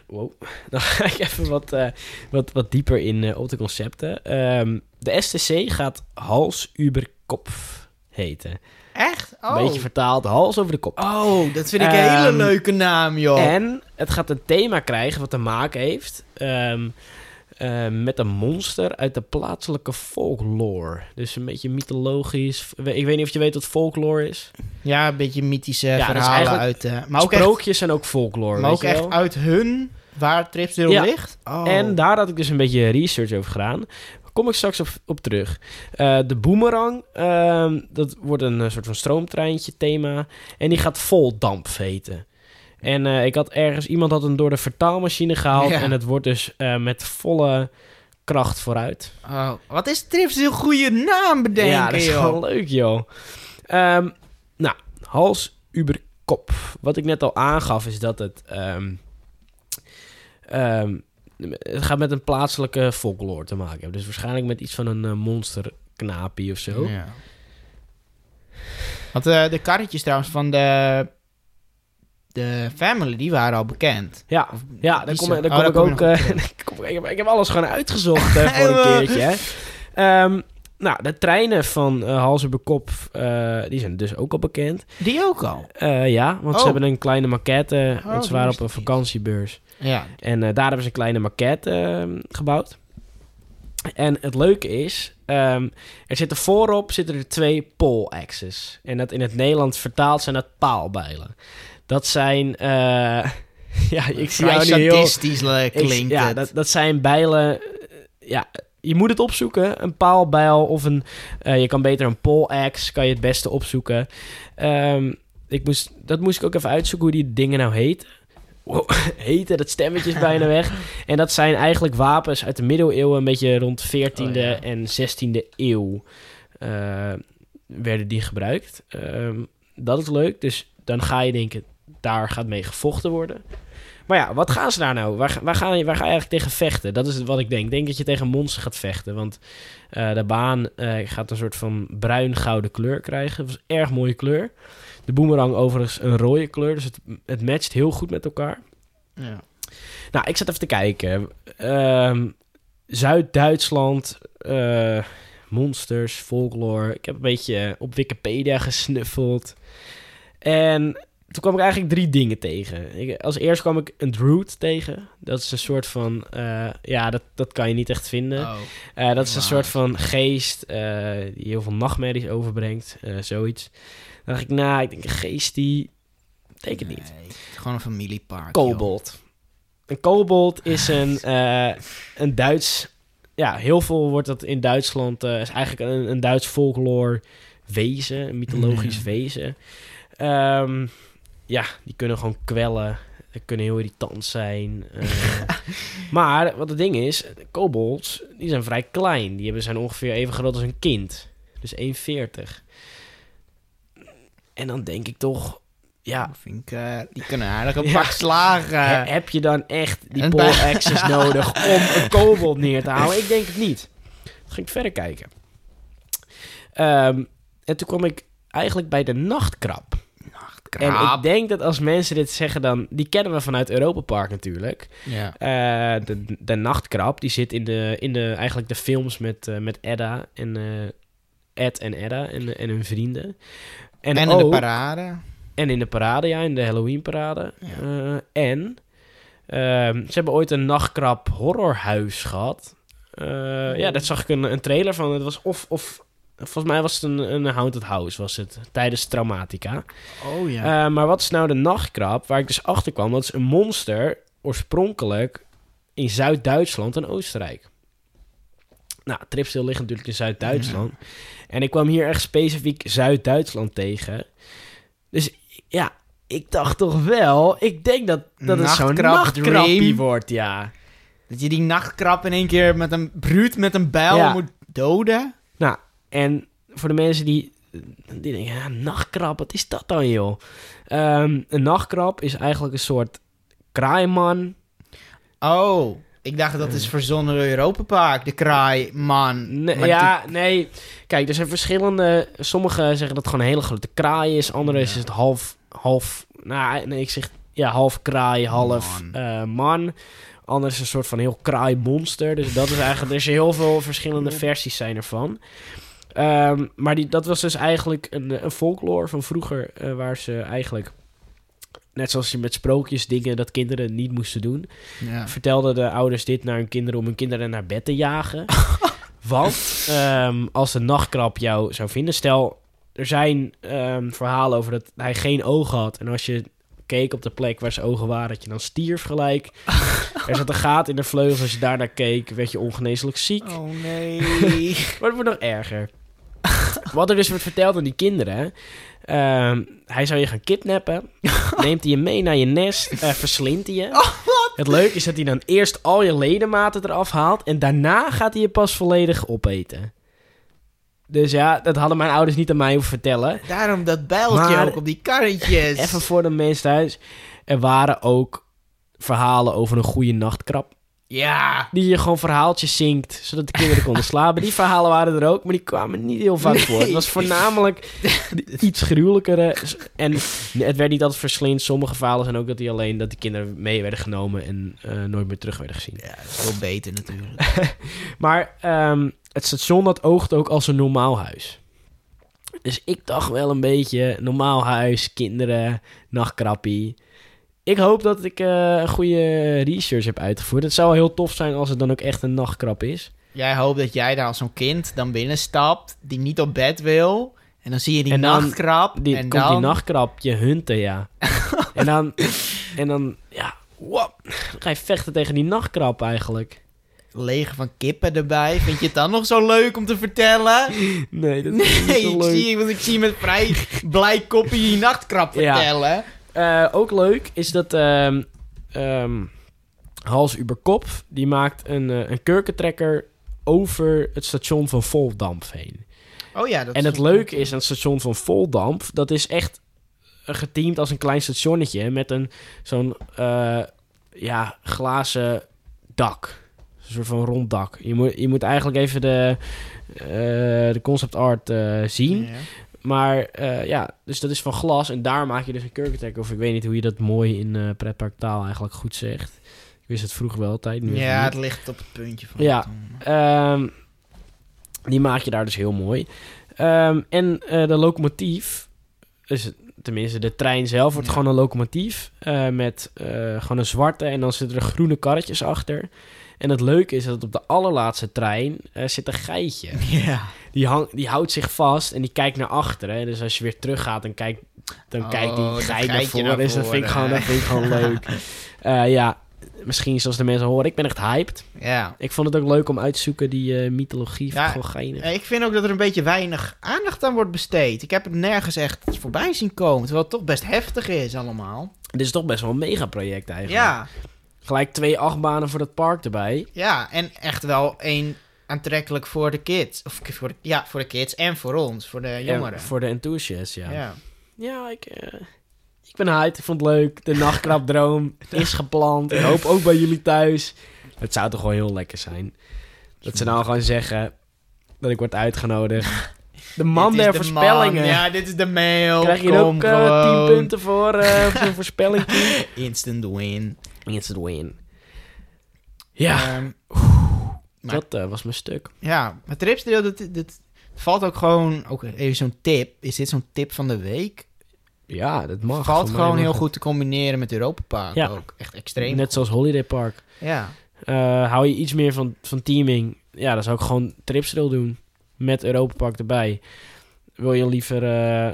Wow. Dan ga ik even wat, eh, wat, wat dieper in eh, op de concepten. Ehm, de STC gaat hals über kopf heten.
Echt?
Een beetje vertaald hals over de kop.
oh, dat vind ik een
Ehm,
hele leuke naam, joh.
En het gaat een thema krijgen wat te maken heeft ehm, ehm, met een monster uit de plaatselijke folklore. Dus een beetje mythologisch. Ik weet niet of je weet wat folklore is.
Ja, een beetje mythische
dat is
verhalen
eigenlijk
uit... eh maar ook, echt,
Sprookjes zijn ook folklore. weet
maar ook
je
echt
wel?
uit hun, waar Tripsdeel
Ja.
ligt. Oh.
En daar had ik dus een beetje research over gedaan. Daar kom ik straks op, op terug. Eh, de boomerang, ehm, dat wordt een eh, soort van stroomtreintje thema. En die gaat vol damp heten. En eh, ik had ergens, iemand had hem door de vertaalmachine gehaald.
Ja.
En het wordt dus eh, met volle kracht vooruit.
Oh, wat is Tripsdeel goede naam bedenken,
ja, dat is
joh.
gewoon leuk, joh. Ehm, nou, hals über kop. Wat ik net al aangaf is dat het... ehm, ehm, het gaat met een plaatselijke folklore te maken hebben. Dus waarschijnlijk met iets van een eh, monsterknapie of zo.
Ja. Want eh, de karretjes trouwens van de, de family, die waren al bekend.
Ja,
Of-
ja
die
daar kom,
zijn-
ik- daar
oh,
kom
daar
ik
kom je
ook... eh,
nog op terug.
daar kom ik- ik, heb, ik heb alles gewoon uitgezocht eh, voor
Eeuw.
een keertje. hè. Ehm, nou, de treinen van eh Hals über Kop, eh, die zijn dus ook al bekend.
Die ook al.
Eh, ja, want ze
Oh.
hebben een kleine maquette.
Oh,
want ze
zo
waren
is
op een
het niet.
vakantiebeurs.
Ja.
En eh, daar hebben ze een kleine maquette ehm, gebouwd. En het leuke is, ehm, er zitten voorop zitten er twee pole axes. En dat in het Nederlands vertaald zijn dat paalbijlen. Dat zijn... eh, ja, ik zie jou
Vrij
nu heel...
statistisch le-
ik-
eh, klinkt
ja,
het.
dat, dat zijn bijlen... eh, Ja, je moet het opzoeken. Een paalbijl of een... eh, je kan beter een poleaxe, kan je het beste opzoeken. Ehm, ik moest, dat moest ik ook even uitzoeken hoe die dingen nou heten. wow, heten, dat stemmetje is bijna weg. En dat zijn eigenlijk wapens uit de middeleeuwen, een beetje rond 14e
Oh, ja.
en 16e eeuw eh, werden die gebruikt. Ehm, dat is leuk, dus dan ga je denken, daar gaat mee gevochten worden. Maar ja, wat gaan ze daar nou? Waar, ga- waar, gaan, waar ga je eigenlijk tegen vechten? Dat is wat ik denk. Ik denk dat je tegen monsters gaat vechten. Want eh, de baan eh, gaat een soort van bruin-gouden kleur krijgen. Dat was een erg mooie kleur. De boemerang overigens een rode kleur. Dus het, het matcht heel goed met elkaar.
Ja.
Nou, ik zat even te kijken. Ehm, Zuid-Duitsland, eh, monsters, folklore. Ik heb een beetje op Wikipedia gesnuffeld. En toen kwam ik eigenlijk drie dingen tegen. Ik, als eerst kwam ik een druid tegen. Dat is een soort van... eh, ja, dat, dat kan je niet echt vinden.
Oh.
Eh, dat is een
Wauw.
soort van geest eh, die heel veel nachtmerries overbrengt, eh, zoiets. Dan dacht ik, nou, ik denk een geest die... Ik denk het niet.
Nee, gewoon een familiepark.
Kobold. Een kobold is een, eh, een Duits... Ja, heel veel wordt dat in Duitsland... eh, is eigenlijk een, een Duits folklore wezen, een mythologisch
Ja.
wezen. Ehm, ja, die kunnen gewoon kwellen. Die kunnen heel irritant zijn. eh. maar wat het ding is, de kobolds, die zijn vrij klein. Die hebben, zijn ongeveer even groot als een kind. Dus 1,40. En dan denk ik toch, ja,
joh. Vind ik, eh, die kunnen aardig een
Ja.
pak slagen.
He- heb je dan echt die
en
poll
bij-
access nodig om een kobold neer te halen? Ik denk het niet. Toen ging ik verder kijken. Ehm, en toen kwam ik eigenlijk bij de nachtkrab. En ik
Kraap.
denk dat als mensen dit zeggen dan... Die kennen we vanuit Europa Park natuurlijk.
Ja.
Eh, de, de nachtkrab, die zit in de, in de, eigenlijk de films met, eh, met Edda en... eh, Ed en Edda en, en hun vrienden. En,
En, in
ook,
de parade.
en in de parade, ja, in de Halloween-parade.
Ja.
Eh, en ehm, ze hebben ooit een nachtkrab horrorhuis gehad. Eh, Ja, dat zag ik een, een trailer van. Het was of, of volgens mij was het een, een haunted house, was het tijdens Traumatica.
Oh ja.
Eh, maar wat is nou de nachtkrab? Waar ik dus achter kwam, dat is een monster oorspronkelijk in Zuid-Duitsland en Oostenrijk. Nou, Tripstil ligt natuurlijk in Zuid-Duitsland. En ik kwam hier echt specifiek Zuid-Duitsland tegen. Dus ja, ik dacht toch wel, ik denk dat, dat het zo'n
Nachtkrab
nachtkrabbie
dream.
wordt, ja.
dat je die nachtkrab in één keer met een bruut met een bijl
Ja.
moet doden.
Nou, en voor de mensen die, die denken, ja, nachtkrab, wat is dat dan, joh? Ehm, een nachtkrab is eigenlijk een soort kraaiman
Oh, ik dacht dat is verzonnen door Europa Park, de kraai, man.
Eh. Nee, ja, nee. Kijk, er zijn verschillende. Sommigen zeggen dat het gewoon een hele grote kraai is. Anderen is
Ja.
het half. half nou, nee, ik zeg ja, half kraai, half
Man.
man. man. Anders een soort van heel kraai monster. Dus dat is eigenlijk. Er zijn heel veel verschillende versies zijn ervan. Ehm, maar die, dat was dus eigenlijk een, een folklore van vroeger. eh, waar ze eigenlijk. Net zoals je met sprookjes dingen dat kinderen niet moesten doen
Ja.
vertelden de ouders dit naar hun kinderen om hun kinderen naar bed te jagen. Want ehm, als de nachtkrab jou zou vinden, stel er zijn ehm, verhalen over dat hij geen ogen had. En als je keek op de plek waar zijn ogen waren, dat je dan stierf gelijk. er zat een gaat in de vleugel. Als je daarnaar keek, werd je ongeneeslijk ziek.
Oh nee.
Maar het wordt nog erger. Wat er dus wordt verteld aan die kinderen. ehm, hij zou je gaan kidnappen. Neemt hij je mee naar je nest. eh, verslindt hij je.
Oh,
het leuke is dat hij dan eerst al je ledematen eraf haalt. En daarna gaat hij je pas volledig opeten. Dus ja, dat hadden mijn ouders niet aan mij hoeven vertellen.
Daarom dat bijltje
Maar-
ook op die karretjes.
Even voor de mensen thuis. Er waren ook verhalen over een goede nachtkrab.
Ja.
Die je gewoon verhaaltjes zingt, zodat de kinderen konden slapen. Die verhalen waren er ook, maar die kwamen niet heel vaak voor. Het was voornamelijk de iets gruwelijkere. En het werd niet altijd verslind. Sommige verhalen zijn ook dat die alleen dat die kinderen mee werden genomen en eh, nooit meer terug werden gezien.
Ja, dat is veel beter natuurlijk.
Maar ehm, het station dat oogt ook als een normaal huis. Dus ik dacht wel een beetje normaal huis, kinderen, nachtkrappie. Ik hoop dat ik eh, een goede research heb uitgevoerd. Het zou wel heel tof zijn als het dan ook echt een nachtkrap is.
Jij hoopt dat jij daar als zo'n kind dan binnenstapt, die niet op bed wil. En dan zie je die
En dan-
nachtkrab.
Die,
en
komt
dan...
die nachtkrab je hunten, ja. en dan, en dan ja, wap, dan ga je vechten tegen die nachtkrab eigenlijk.
leger van kippen erbij. Vind je het dan nog zo leuk om te vertellen?
Nee, dat
Nee, ik zie, want ik zie met vrij blij koppie die nachtkrap
Ja. Eh,
vertellen.
ook leuk is dat ehm, ehm, Hals über Kop. Die maakt een, eh, een kurkentrekker over het station van Voldamp heen.
Oh ja, dat
en
is
het
een-
leuke is aan het station van Voldamp, dat is echt eh, geteamd als een klein stationnetje met een zo'n eh, ja, glazen dak. Een soort van rond dak. Je moet, je moet eigenlijk even de, eh, de concept art eh, zien.
Ja.
Maar eh, ja, dus dat is van glas en daar maak je dus een kurkentrekker. Of ik weet niet hoe je dat mooi in eh pretparktaal eigenlijk goed zegt. Ik wist het vroeger wel altijd. Nu even
Ja,
niet.
het ligt op het puntje van.
Ja.
het, mm.
Ehm, die maak je daar dus heel mooi. Ehm, en eh, de locomotief, dus het- tenminste de trein zelf, wordt
Ja.
gewoon een locomotief eh, met eh, gewoon een zwarte en dan zitten er groene karretjes achter. En het leuke is dat op de allerlaatste trein eh, zit een geitje.
Ja.
Die, hang, die houdt zich vast en die kijkt naar achteren. Dus als je weer terug gaat, dan kijkt, dan
Oh,
kijkt
dan
die geit naar
kijkt je
voren.
naar
Dus dat vind ik
voren.
gewoon, dat vind ik gewoon leuk. Eh, ja, misschien zoals de mensen horen, ik ben echt hyped.
ja.
Ik vond het ook leuk om uit te zoeken die eh mythologie van
Ja,
gewoon geinig.
Eh, Ik vind ook dat er een beetje weinig aandacht aan wordt besteed. Ik heb het nergens echt voorbij zien komen. Terwijl het toch best heftig is allemaal.
Dit is toch best wel een megaproject eigenlijk.
Ja,
Gelijk twee achtbanen voor dat park erbij.
ja. En echt wel één aantrekkelijk voor de kids. Of voor de, ja, voor de kids en voor ons, voor de jongeren.
En Voor de enthusiasts, ja. Ja,
ja.
ik, eh, ik ben hyped. Ik vond het leuk. De nachtkrapdroom is gepland. Ik hoop ook bij jullie thuis. Het zou toch wel heel lekker zijn. Dat ze nou gewoon zeggen dat ik word uitgenodigd. De man
Dit is
der
de
voorspellingen.
man. Ja, dit is de mail.
Krijg je
Kom
ook eh, 10
gewoon.
punten voor, eh voor zo'n voorspelling?
Instant win.
Instant win. Ja,
Ehm, maar-
dat eh, was mijn stuk.
Ja, maar tripsdeel, dat, dat valt ook gewoon... Ook even zo'n tip. Is dit zo'n tip van de week?
Ja, dat mag.
valt
Voor mij
gewoon
mag
heel
het.
goed te combineren met Europa Park
Ja.
ook. Echt extreem.
Net zoals Holiday Park.
Ja.
Eh, hou je iets meer van, van teaming? Ja, dan zou ik gewoon Tripsrail doen. Met Europa Park erbij. Wil je liever eh,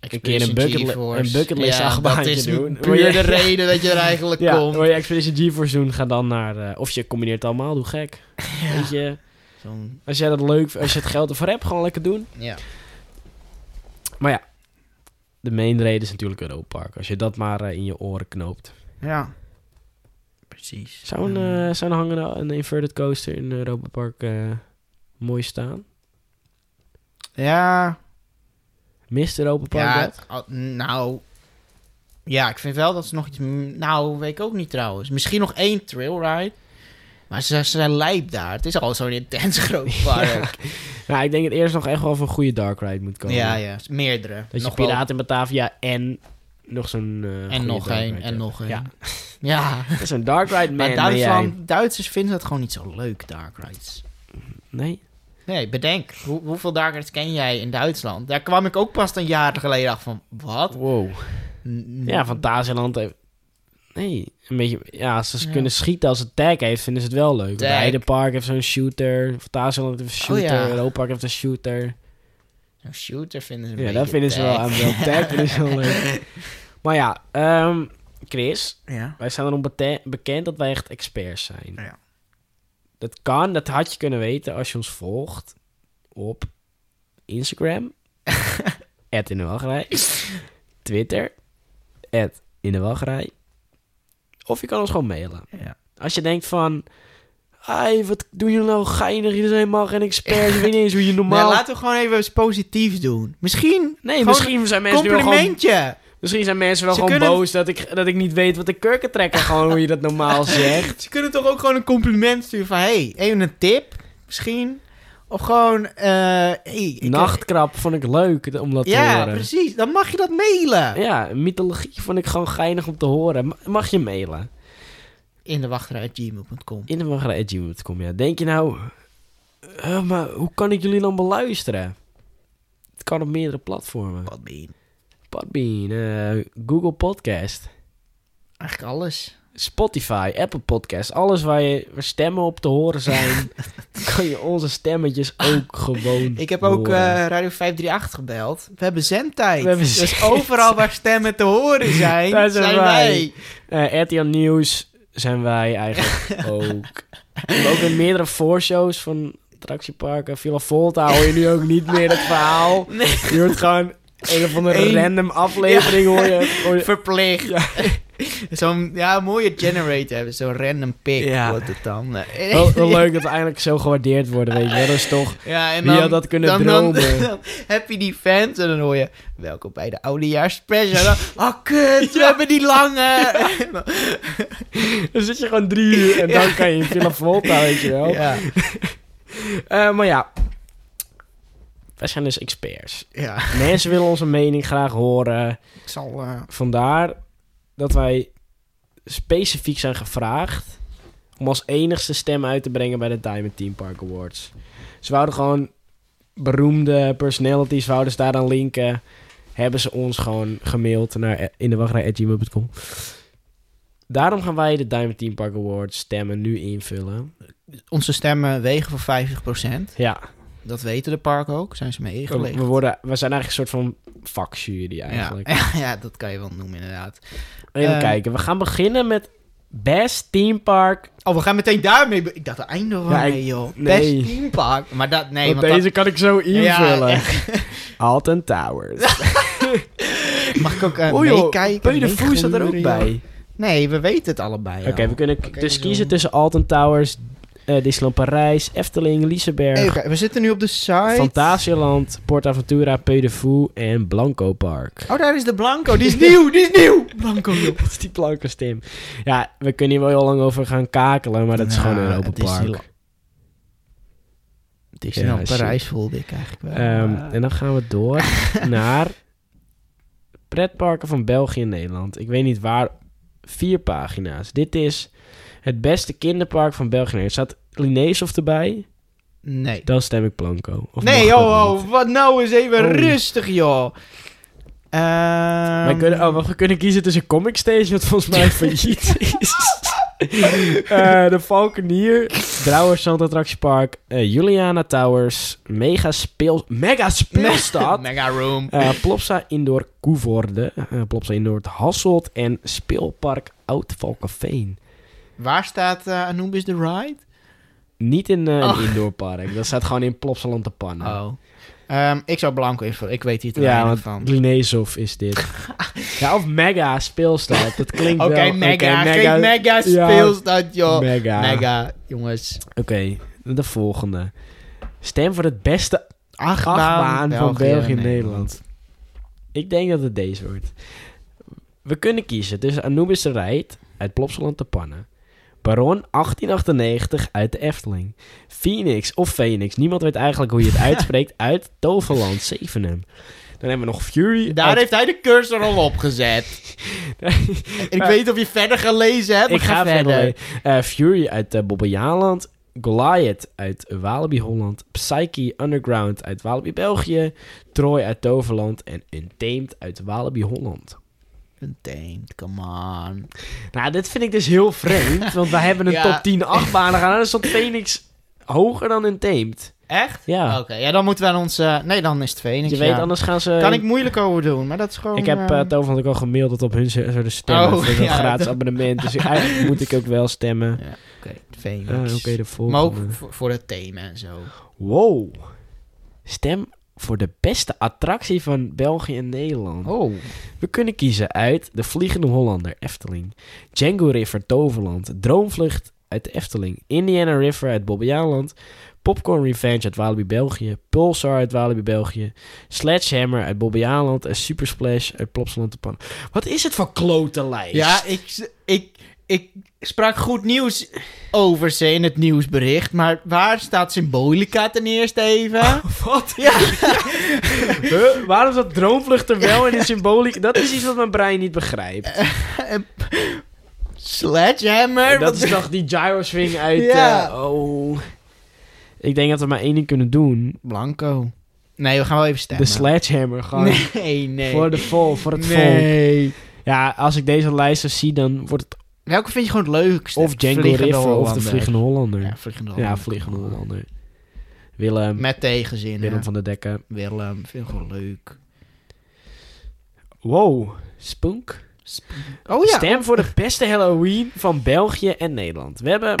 een keer een,
Expedition
bucket,
GeForce.
een bucketlist
ja, dat
achtbaantje
is
doen? Wil
puur de
je,
reden dat je er eigenlijk
ja,
komt.
wil je Expedition GeForce doen? Ga dan naar... eh, of je combineert het allemaal, doe gek. Weet je,
Zo'n-
als jij dat leuk... v- Als je het geld ervoor hebt, gewoon lekker doen.
ja.
De main reden is natuurlijk Europa Park. Als je dat maar eh, in je oren knoopt.
ja. Ehm, Precies.
Zou een,
Mm.
eh, zou een hangende een inverted coaster in Europa Park eh, mooi staan? eh,
Ja.
Mist Europa Park
Ja,
dat?
het- al- nou... Ja, ik vind wel dat ze nog iets... Nou, weet ik ook niet trouwens. Misschien nog één trailride. Maar ze, ze zijn lijp daar. Het is al zo'n intens groot park.
Nou, ik denk dat eerst nog echt wel van een goede dark ride moet
ja,
komen.
ja. Meerdere.
Dat je
Nog
Piraten in Batavia en nog zo'n... eh,
wel-
goede
En nog
dark
één.
ride
En
hebt.
nog één.
Ja,
ja.
dat is een dark ride man.
Maar
ben jij.
Duitsland, Duitsers vinden het gewoon niet zo leuk, dark rides.
Nee?
Nee, bedenk, hoe, hoeveel dark rides ken jij in Duitsland? Daar kwam ik ook pas een jaar geleden af van, wat?
Wow.
N-
Ja, Fantasialand heeft... Nee, een beetje... Ja, als ze
Ja.
kunnen schieten als het tag heeft, vinden ze het wel leuk.
Tag.
Heidepark heeft zo'n shooter. Fantasialand heeft een
Oh,
shooter.
ja.
Europa Park heeft een shooter.
Zo'n shooter vinden ze een
ja,
beetje
dat vinden ze wel aan
tack.
wel tag. vinden ze wel leuk. Maar ja, ehm, Chris,
Ja.
wij staan erom bete- bekend dat wij echt experts zijn.
Ja.
Dat kan, dat had je kunnen weten als je ons volgt op Instagram. at in de Wachtrij. Twitter. At in de Wachtrij. Of je kan ons gewoon mailen.
Ja.
Als je denkt van... Ai, wat doen jullie nou geinig? Jullie zijn helemaal geen experts. Je weet niet eens hoe je normaal...
Maar laten we gewoon even iets positiefs doen. Misschien
nee,
gewoon
misschien zijn, mensen nu wel gewoon,
complimentje.
misschien zijn mensen wel
Ze
gewoon
kunnen-
boos dat ik, dat ik niet weet wat de kurken trekken. gewoon hoe je dat normaal zegt.
Ze kunnen toch ook gewoon een compliment sturen van, hey, even een tip, misschien? Of gewoon, eh... hey, ik-
Nachtkrap vond ik leuk om dat te
Ja,
horen.
precies. Dan mag je dat mailen.
Ja, mythologie vond ik gewoon geinig om te horen. Ma- Mag je mailen?
In de wachtrij.gmail.com.
In de kom ja. Denk je nou... eh, maar hoe kan ik jullie dan beluisteren? Het kan op meerdere platformen.
Wat ben je?
Podbean, eh, Google Podcast,
Eigenlijk alles.
Spotify, Apple Podcast. Alles waar, je, waar stemmen op te horen zijn... kan je onze stemmetjes ook gewoon
Ik heb ook eh,
horen.
Radio 538 gebeld. We hebben zendtijd.
We hebben
dus
zendtijd.
overal waar stemmen te horen zijn,
Daar zijn
zijn
wij.
wij.
Eh RTL Nieuws zijn wij eigenlijk ook. We hebben ook in meerdere voorshows van attractieparken. Villa Volta hoor je nu ook niet meer het verhaal.
Nee.
Je hoort gewoon een of andere
Eén.
random aflevering hoor je. hoor je-
Verplicht. Zo'n ja, mooie generator hebben. Zo'n random pick
Ja.
wordt het dan. Nee.
Wel, wel leuk dat we eindelijk zo gewaardeerd worden, weet je. wel. Dat is toch...
Ja, en
Wie
dan,
had dat kunnen
dan, dan-
dromen?
dan heb je die fans en dan hoor je... Welkom bij de Oudejaars Special. En dan, oh, kut, we hebben die lange.
Dan zit je gewoon drie uur en dan kan je in Villa Volta, weet je wel.
ja.
Eh, maar ja, wij zijn dus experts.
ja.
Mensen willen onze mening graag horen.
Ik zal... eh,
Vandaar dat wij specifiek zijn gevraagd om als enigste stem uit te brengen bij de Diamond Team Park Awards. Ze wouden gewoon beroemde personalities, wouden ze daaraan linken. Hebben ze ons gewoon gemaild naar in de wacht naar gmail.com. Daarom gaan wij de Diamond Team Park Awards stemmen nu invullen.
onze stemmen wegen voor 50%.
Ja,
Dat weten de park ook. Zijn ze mee
we,
ingelegen.
we worden, we zijn eigenlijk een soort van vakjury
Ja.
eigenlijk.
Ja, ja, dat kan je wel noemen inderdaad.
Even
Ehm.
kijken, we gaan beginnen met Best Team Park
Oh, we gaan meteen daarmee... be- Ik dacht, de einde van
Ja,
nee,
ik-
joh.
nee.
Best teampark. Maar dat... Nee,
Want
want dat-
deze kan ik zo invullen.
Ja,
Alton Towers.
Mag ik ook eh,
Oei, Oh, joh,
meekijken?
Peudevoer staat er ook
Meegluren,
bij.
joh. Nee, we weten het allebei.
Oké,
al.
we kunnen k-
Oké,
dus
zo.
kiezen tussen Alton Towers, eh, Disneyland Parijs, Efteling, Liseberg,
Even kijken, we zitten nu op de site.
Fantasieland, PortAventura, Peudevoer en Blanco Park.
Oh, daar is de Blanco. Die is nieuw, die is nieuw. Blanco, joh.
Wat is die blanke stem? Ja, we kunnen hier wel heel lang over gaan kakelen, maar dat is
Ja,
gewoon een
Nou, het
open
is
park.
heel- Disneyland
Ja,
nou Parijs voelde ik eigenlijk wel.
Ehm,
maar-
en dan gaan we door naar pretparken van België en Nederland. Ik weet niet waar. Vier pagina's. Dit is het beste kinderpark van België en Nederland. Staat Lineeshof erbij?
nee.
Dan stem ik Blanco. Of mag
nee,
dat
joh,
niet?
oh, wat nou eens even
Oh.
rustig, joh. Ehm,
Wij kunnen, oh, we kunnen kiezen tussen Comic Station, wat volgens mij failliet is. Eh, de Valkenier, Drouwers Zandattractiepark, eh, Juliana Towers, Mega Speel... Mega Speelstad!
Mega Room.
Eh, Plopsa Indoor Koevoorde, eh, Plopsa Indoor het Hasselt en Speelpark Oud-Valkenveen.
Waar staat eh, Anubis the Ride?
Niet in eh,
Ach.
een indoorpark, dat staat gewoon in Plopsaland de Pannen.
Oh. Ehm, ik zou Blanco invullen. Ik weet hier te
Ja,
weinig
want
van.
Lineeshof is dit. ja, of Mega Speelstad, dat klinkt
Oké,
wel...
mega,
Mega.
Geen mega
Ja.
speelstad, joh.
Mega.
Mega, jongens.
Oké, de volgende. Stem voor het beste
Achtbaan,
achtbaan van
en
België en Nederland. Ik denk dat het deze wordt. We kunnen kiezen tussen Anubis de Rijt uit Plopsaland te Pannen. Baron 1898 uit de Efteling. Phoenix of Phoenix, niemand weet eigenlijk hoe je het uitspreekt, uit Toverland, Zevenum. Dan hebben we nog Fury.
Daar
uit-
heeft hij de cursor al op gezet. En ik
Maar-
weet niet of je verder gelezen hebt, maar
ik ga verder. mee. Eh, Fury uit eh Bobbejaanland. Goliath uit Walibi Holland. Psyche Underground uit Walibi België. Troy uit Toverland. En Untamed uit Walibi Holland.
Een taint, come on.
Nou, dit vind ik dus heel vreemd. want wij hebben een
Ja.
top 10 achtbanen gaan. En dan stond Phoenix hoger dan Untamed.
Echt?
Ja.
Oké, ja, dan moeten we aan ons... eh, nee, dan is het Phoenix,
je weet,
ja.
anders gaan ze...
Kan ik moeilijk over doen, maar dat is gewoon...
Ik heb
eh,
eh Toverland ook al gemaild dat op hun z- zouden stemmen.
Oh,
voor zo'n
ja,
gratis
dat-
abonnement. Dus eigenlijk moet ik ook wel stemmen.
ja, Oké,
Eh,
Phoenix.
Oké, de volgende.
maar ook voor, voor het thema en zo.
Wow. Stem voor de beste attractie van België en Nederland.
Oh.
We kunnen kiezen uit De Vliegende Hollander, Efteling. Django River, Toverland. Droomvlucht uit de Efteling. Indiana River uit Bobbejaanland. Popcorn Revenge uit Walibi, België. Pulsar uit Walibi, België. Sledgehammer uit Bobbejaanland. En Supersplash uit Plopsaland te Pan. Wat is het voor klote lijst?
Ja, ik, ik, ik sprak goed nieuws over ze in het nieuwsbericht. Maar waar staat Symbolica ten eerste even?
Wat?
Ja.
Huh? Waarom zat Droomvlucht er wel in de symboliek? Dat is iets wat mijn brein niet begrijpt.
Sledgehammer?
En dat
Wat-
is toch die gyroswing uit...
Ja.
eh, oh. Ik denk dat we maar één ding kunnen doen.
Blanco. Nee, we gaan wel even stemmen.
De sledgehammer gewoon.
Nee, nee.
Voor de vol, voor het vol.
nee.
Ja, als ik deze lijst zo zie, dan wordt het
Welke vind je gewoon het leukste?
of Django
Vliegende
River of de
Hollander.
Vliegende Hollander.
Ja,
Ja,
Vliegende
Vliegende Hollander. Willem,
Met tegenzin.
Willem
Willem,
van der Dekken.
Willem vind ik gewoon leuk.
Wow, Spunk.
Oh ja.
Stem voor de beste Halloween van België en Nederland. We hebben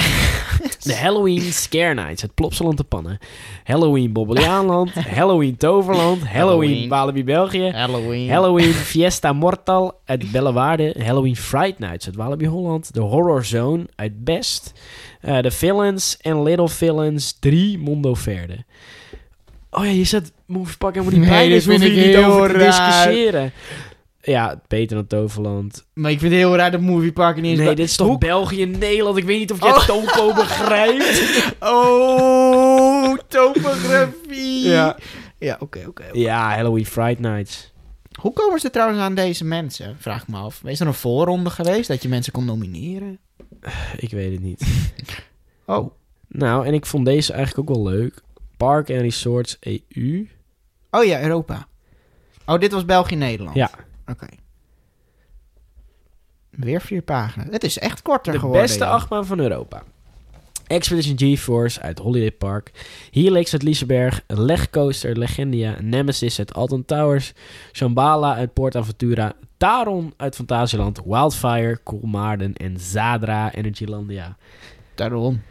de Halloween Scare Nights, het Plopsaland te pannen. Halloween Bobbeliaanland, Halloween Toverland, Halloween
Halloween.
Walibi België,
Halloween.
Halloween Fiesta Mortal uit Bellewaarde, Halloween Fright Nights uit Walibi Holland, de Horror Zone uit Best, eh, de Villains en Little Villains 3 Mondo Verde. Oh ja, je zet Movepak helemaal niet
Nee,
bij, dus
dit
hoef je
vind ik
niet
heel
over te
raar.
discussiëren. Ja, beter dan Toverland.
Maar ik vind het heel raar dat movieparken niet eens
Nee,
bij-
dit is toch
Hoe-
België en Nederland? Ik weet niet of jij Topo begrijpt.
Oh, topografie.
Ja.
Ja, oké, oké. oké.
Ja, Halloween Fright Nights.
Hoe komen ze trouwens aan deze mensen? Vraag ik me af. Is er een voorronde geweest dat je mensen kon nomineren?
Ik weet het niet.
Oh.
Nou, en ik vond deze eigenlijk ook wel leuk. Park en Resorts E EU.
Oh ja, Europa. Oh, dit was België-Nederland.
Ja.
Oké. Weer vier pagina's. Het is echt korter
De
geworden.
beste
joh.
achtbaan van Europa. Expedition GeForce uit Holiday Park. Helix uit Liesenberg. Legcoaster Legendia. Nemesis uit Alton Towers. Shambhala uit Port Aventura. Taron uit Fantasieland. Wildfire, Koolmaarden en Zadra Energylandia.
Daarom.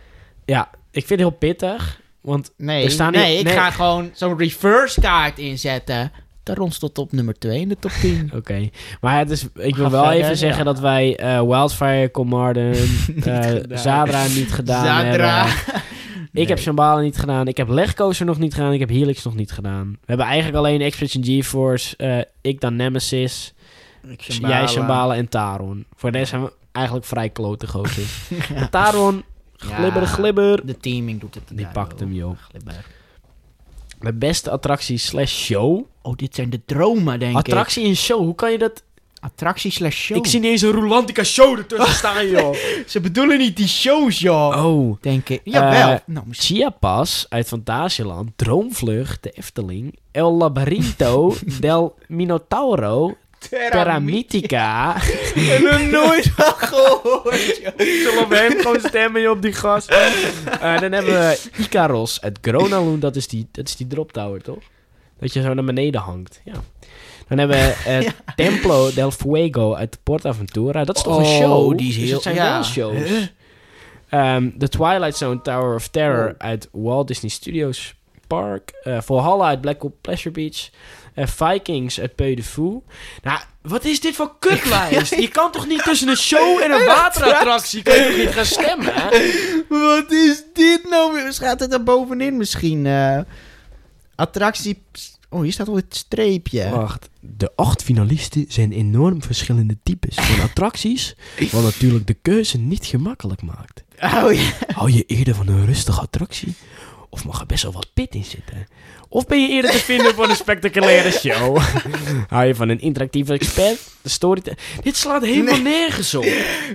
Ja, ik vind het heel pittig. Want
Nee,
Er staan
nee,
hier-
ik
nee.
ga gewoon zo'n reverse kaart inzetten. Daarom stond op nummer 2 in de top 10.
Oké, maar het is, ik wil
Ga
wel
verder,
even zeggen
ja.
dat wij eh, Wildfire, Comarden, eh
gedaan.
Zadra niet gedaan
Zadra.
hebben. Ik heb Shambhala niet gedaan, ik heb Legcoaster nog niet gedaan, ik heb Helix nog niet gedaan. We hebben eigenlijk alleen Expedition GeForce, eh ik dan Nemesis, jij Shambhala en Taron. Voor de rest zijn we eigenlijk vrij klote gootjes.
Ja.
Taron, glibber,
Ja,
glibber.
De teaming doet het.
Die pakt hem, joh.
Glibber.
De beste attractie slash show.
Oh, dit zijn de dromen, denk ik.
Attractie en show, hoe kan je dat?
Attractie slash show.
Ik zie niet eens een Rolantica show ertussen staan, joh.
Ze bedoelen niet die shows, joh.
Oh.
Denk ik. Jawel.
Eh,
nou, misschien...
Chiapas uit Fantasieland, Droomvlucht, de Efteling, El Labarinto del Minotauro, Terra Mythica.
hebben we nooit van gehoord, joh.
Zullen we hem gewoon stemmen joh, op die gast? Eh, dan hebben we Icaros uit Gronaloon, dat is die, dat is die drop tower toch? Dat je zo naar beneden hangt, ja. Dan hebben we eh, Templo del Fuego uit Port Aventura. Dat is toch een
Oh,
show?
die is
Dus
heel-
het zijn
ja.
wel shows.
Huh?
Ehm, de Twilight Zone Tower of Terror
Oh.
uit Walt Disney Studios Park. eh Valhalla uit Blackpool Pleasure Beach. eh, Vikings uit Peu de Fou. Nou, wat is dit voor kutlijst? Je kan toch niet tussen een show en een waterattractie kan je toch niet gaan stemmen? hè?
Wat is dit nou weer? Gaat het er bovenin misschien? eh? attractie... Oh, hier staat al het streepje.
Wacht, de acht finalisten zijn enorm verschillende types van attracties, wat natuurlijk de keuze niet gemakkelijk maakt.
Oh, ja.
Hou je eerder van een rustige attractie? Of mag er best wel wat pit in zitten? Of ben je eerder te vinden voor een spectaculaire show? Hou je van een interactieve expert? De story... Dit slaat helemaal nergens op.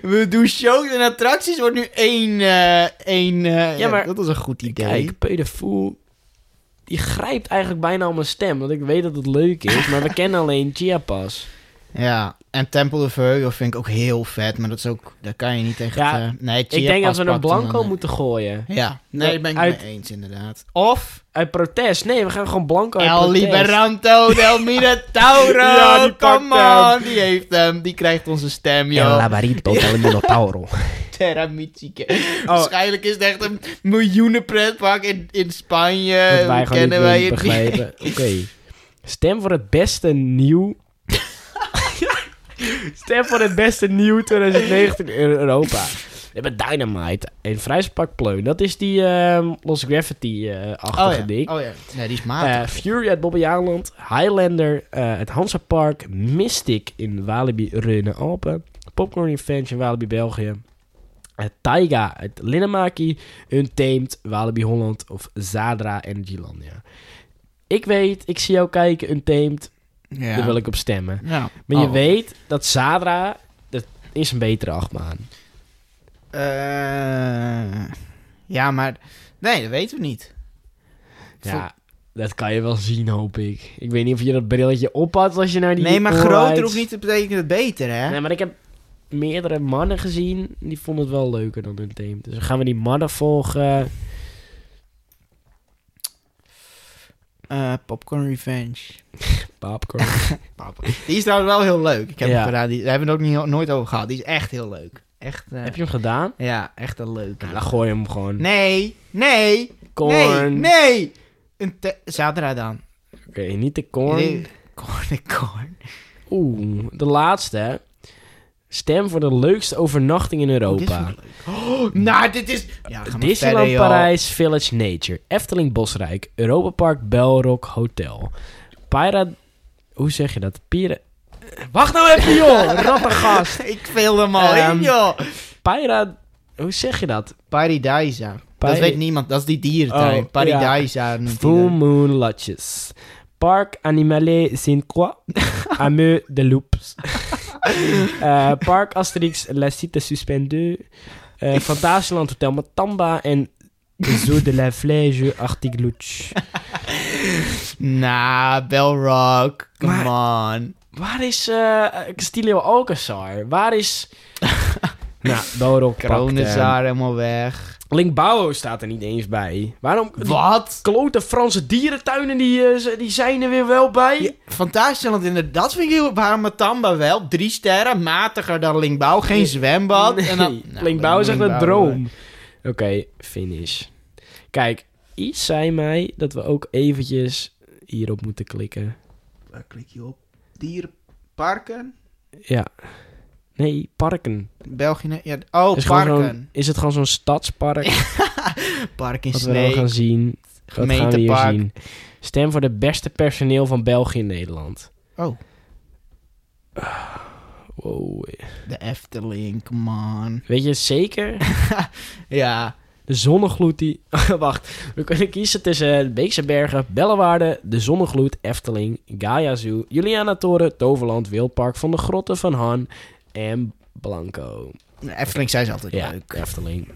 We doen shows en attracties. Wordt nu één... eh, één eh, ja,
maar-
dat was een goed idee.
Kijk, Pedofoel... Die grijpt eigenlijk bijna al mijn stem. Want ik weet dat het leuk is. Maar we kennen alleen Chiapas.
Ja, en Temple of Heuvel vind ik ook heel vet. Maar dat is ook... Daar kan je niet tegen...
Ja,
eh, nee,
Ik denk dat we een blanco
moeten.
moeten gooien.
eh. Ja, nee,
Ja,
ben ik
uit-
mee eens inderdaad. Of
Uit protest. Nee, we gaan gewoon blanco uit
El
protest.
Liberanto del Minotauro.
Ja, die pakt
Come
hem.
on, die heeft hem. Die krijgt onze stem,
El
joh.
Labarito del Minotauro.
Terra Mythica.
Oh.
Waarschijnlijk is het echt een miljoenen pretpark in, in Spanje.
Dat wij gewoon
Kennen
niet
wij
willen
het niet.
begrijpen. Oké. Stem voor het beste nieuw... Stem voor het beste nieuw 2019 in Europa. We hebben Dynamite en Vrijspak Pleun. Dat is die ehm Los eh, Gravity-achtige
Oh ja.
ding.
oh ja, nee, die is
Eh,
matig.
Fury uit Bobbejaanland. Highlander eh het Hansa Park. Mystic in Walibi Reunen Alpen. Popcorn Revenge in Walibi België. Eh, Taiga uit Linnenmaki. Untamed Walibi Holland of Zadra Energylandia. Ik weet, ik zie jou kijken, Untamed.
ja.
Daar Eh, wil ik op stemmen.
Ja.
Maar je
Oh.
weet dat Zadra, dat is een betere achtbaan.
Eh, ja, maar... Nee, dat weten we niet.
Ja, dat kan je wel zien, hoop ik. Ik weet niet of je dat brilletje op had als je naar die
Nee, maar
all-rides-
groter hoeft niet te betekenen dat beter, hè?
Nee, maar ik heb meerdere mannen gezien. Die vonden het wel leuker dan hun team. Dus dan gaan we die mannen volgen.
Eh, popcorn Revenge.
Popcorn.
Die is trouwens wel heel leuk. Ik heb
Ja.
hem gedaan. Die, daar hebben we het ook niet, nooit over gehad. Die is echt heel leuk. Echt, eh,
Heb je hem gedaan?
Ja, echt een leuke.
Nou, dan gooi je hem gewoon.
Nee, nee, nee,
Korn.
nee. Een te- zaterdag dan.
Oké, niet de korn.
Nee. Korn, korn.
Oeh, de laatste. hè. Stem voor de leukste overnachting in
Oh, dit is
Europa.
wel leuk. Oh, nou, dit is... Ja, ga maar
Disneyland
verder, joh.
Parijs, Village Nature, Efteling Bosrijk, Europa Park Belrock Hotel. Pyra... Hoe zeg je dat? Pira... Wacht nou even, joh! Rappengast.
Ik viel hem al
Ehm,
in, joh.
Pyra... Hoe zeg je dat?
Paradisa. Dat
Pari-
weet niemand. Dat is die dierentuin.
Oh,
Paradisa. noemt hij
Full
dat.
Moon Lodges. Parc Animalier Saint-Croix. Ameux de Loups. Eh, Parc Asterix La Cité Suspendue. eh Fantasieland Hotel Matamba. En Zoo de la Flèche Artiglouche.
Nah, Belrock. Come on.
Waar is eh Castillo Alcazar? Waar is... nou, Dorok
Kronenzaar helemaal weg.
Linkbouw eh, staat er niet eens bij. Waarom... die
Wat?
Klote Franse dierentuinen, die, eh, z- die zijn er weer wel bij.
Fantasieland inderdaad. Dat vind ik heel... Waarom Matamba wel? Drie sterren. Matiger dan Linkbouw. Geen zwembad.
Nee,
En dan, Nou,
Linkbouw is
dan
echt een
Linkbouw,
droom. Oké, finish. Kijk, iets zei mij dat we ook eventjes hierop moeten klikken.
eh, Waar klik je op? Dierenparken?
Ja. Nee, parken.
België? nee, Ja, oh,
is, gewoon zo'n-
parken.
is het gewoon zo'n stadspark
Park in
wat we dan gaan
Sneek.
zien? Wat gaan we hier
Gemeentepark.
zien? Stem voor de beste personeel van België en Nederland.
Oh,
Wow.
de Efteling. Come on.
Weet je het zeker?
Ja.
De zonnegloed die... Wacht, we kunnen kiezen tussen Beekse Bergen, Bellewaarde, De Zonnegloed, Efteling, Gaia Zoo, Juliana Toren, Toverland, Wildpark, Van de Grotten, Van Han en Blanco.
Efteling zijn ze altijd eh,
Ja,
leuk.
Efteling.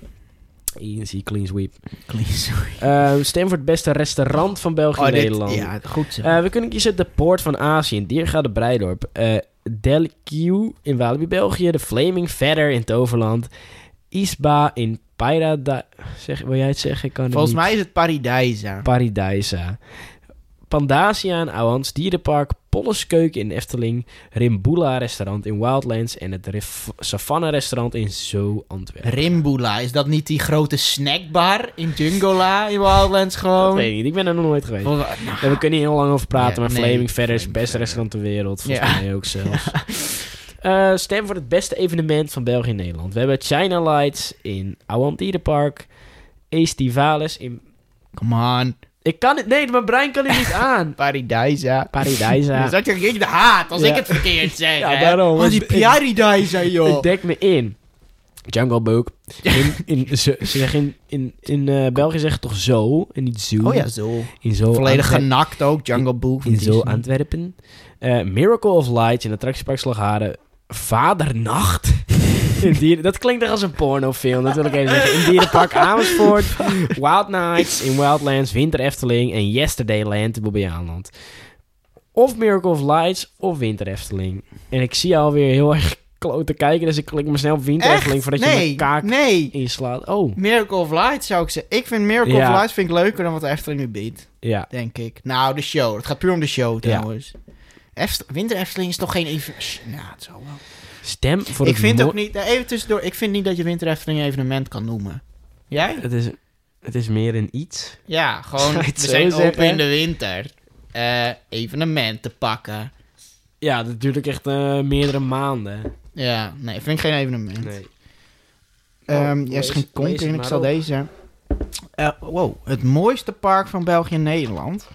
Easy, clean sweep.
Clean, sorry.
Eh, stem voor het beste restaurant van België
Oh,
en
dit,
Nederland.
ja, goed zo.
Eh, we kunnen kiezen de Poort van Azië in Diergade Breidorp. eh Del Q in Walibi België. De Flaming Feather in Toverland. Isba in Paradise. Zeg, wil jij het zeggen? Ik kan het
Volgens
niet.
mij is het Paradijsa.
Paradijsa. Pandasia in Awans Dierenpark, Polleskeuken in Efteling, Rimbula Restaurant in Wildlands en het Rif- Savannah Restaurant in Zoo Antwerpen.
Rimbula, is dat niet die grote snackbar in Jungola in Wildlands
Dat
gewoon?
weet ik niet, ik ben er nog nooit geweest.
Vol- nou,
Ja, we kunnen hier heel lang over praten,
Ja,
maar
nee,
Flaming Feather is het
Flaming
beste
Feather.
restaurant ter wereld. Volgens
Ja.
mij ook zelfs. Eh, stem voor het beste evenement van België en Nederland. We hebben China Lights in Awant Dierenpark, Estivales in...
come on,
Ik kan het... Nee, mijn brein kan het niet aan.
Paradijsa.
Paradijsa.
Dus dat krijg ik de haat als
Ja.
ik het verkeerd zeg.
Ja,
hè?
daarom.
Oh, die
Ik- ik-
Paradijsa, joh.
Ik dek me in. Jungle Book. In, in, ze, ze zeggen in, in, in eh, België zeggen toch zo en niet zoo.
Oh ja, zo.
In zo
Volledig
Antwer-
genakt ook, Jungle Book.
In zo Antwerpen. Eh, Miracle of Light in attractiepark Slagharen. Vadernacht. In dieren, dat klinkt echt als een pornofilm, dat wil ik even zeggen. In Dierenpark Amersfoort. Wild Nights in Wildlands, Winter Efteling en Yesterday Land in Bobbejaanland. Of Miracle of Lights of Winter Efteling. En ik zie jou alweer heel erg klote kijken, dus ik klik maar snel op Winter Efteling voordat je
nee,
mijn kaak
nee.
inslaat. Oh,
Miracle of Light zou ik zeggen. Ik vind Miracle
Ja.
of Light vind ik leuker dan wat de Efteling nu biedt.
ja.
Denk ik. Nou, de show. Het gaat puur om de show
Ja.
trouwens. Eft- Winter Efteling is toch geen even... Sh, Nou, het zal wel.
Stem voor
Ik
het
vind
mo-
ook niet... nou, Even tussendoor. Ik vind niet dat je Winter Efteling een evenement kan noemen. Jij?
Het is, het is meer een iets.
Ja, gewoon...
Zou je
We
het zo
zijn
zeggen?
open in de winter. Eh evenementen pakken.
Ja, dat duurt ook echt eh, meerdere maanden.
Ja, nee, vind ik geen evenement.
Nee.
Ehm,
Oh,
ja, is
lees-
geen
lees
konker
het
en ik
maar
zal
op.
deze. Eh, wow, het mooiste park van België en Nederland.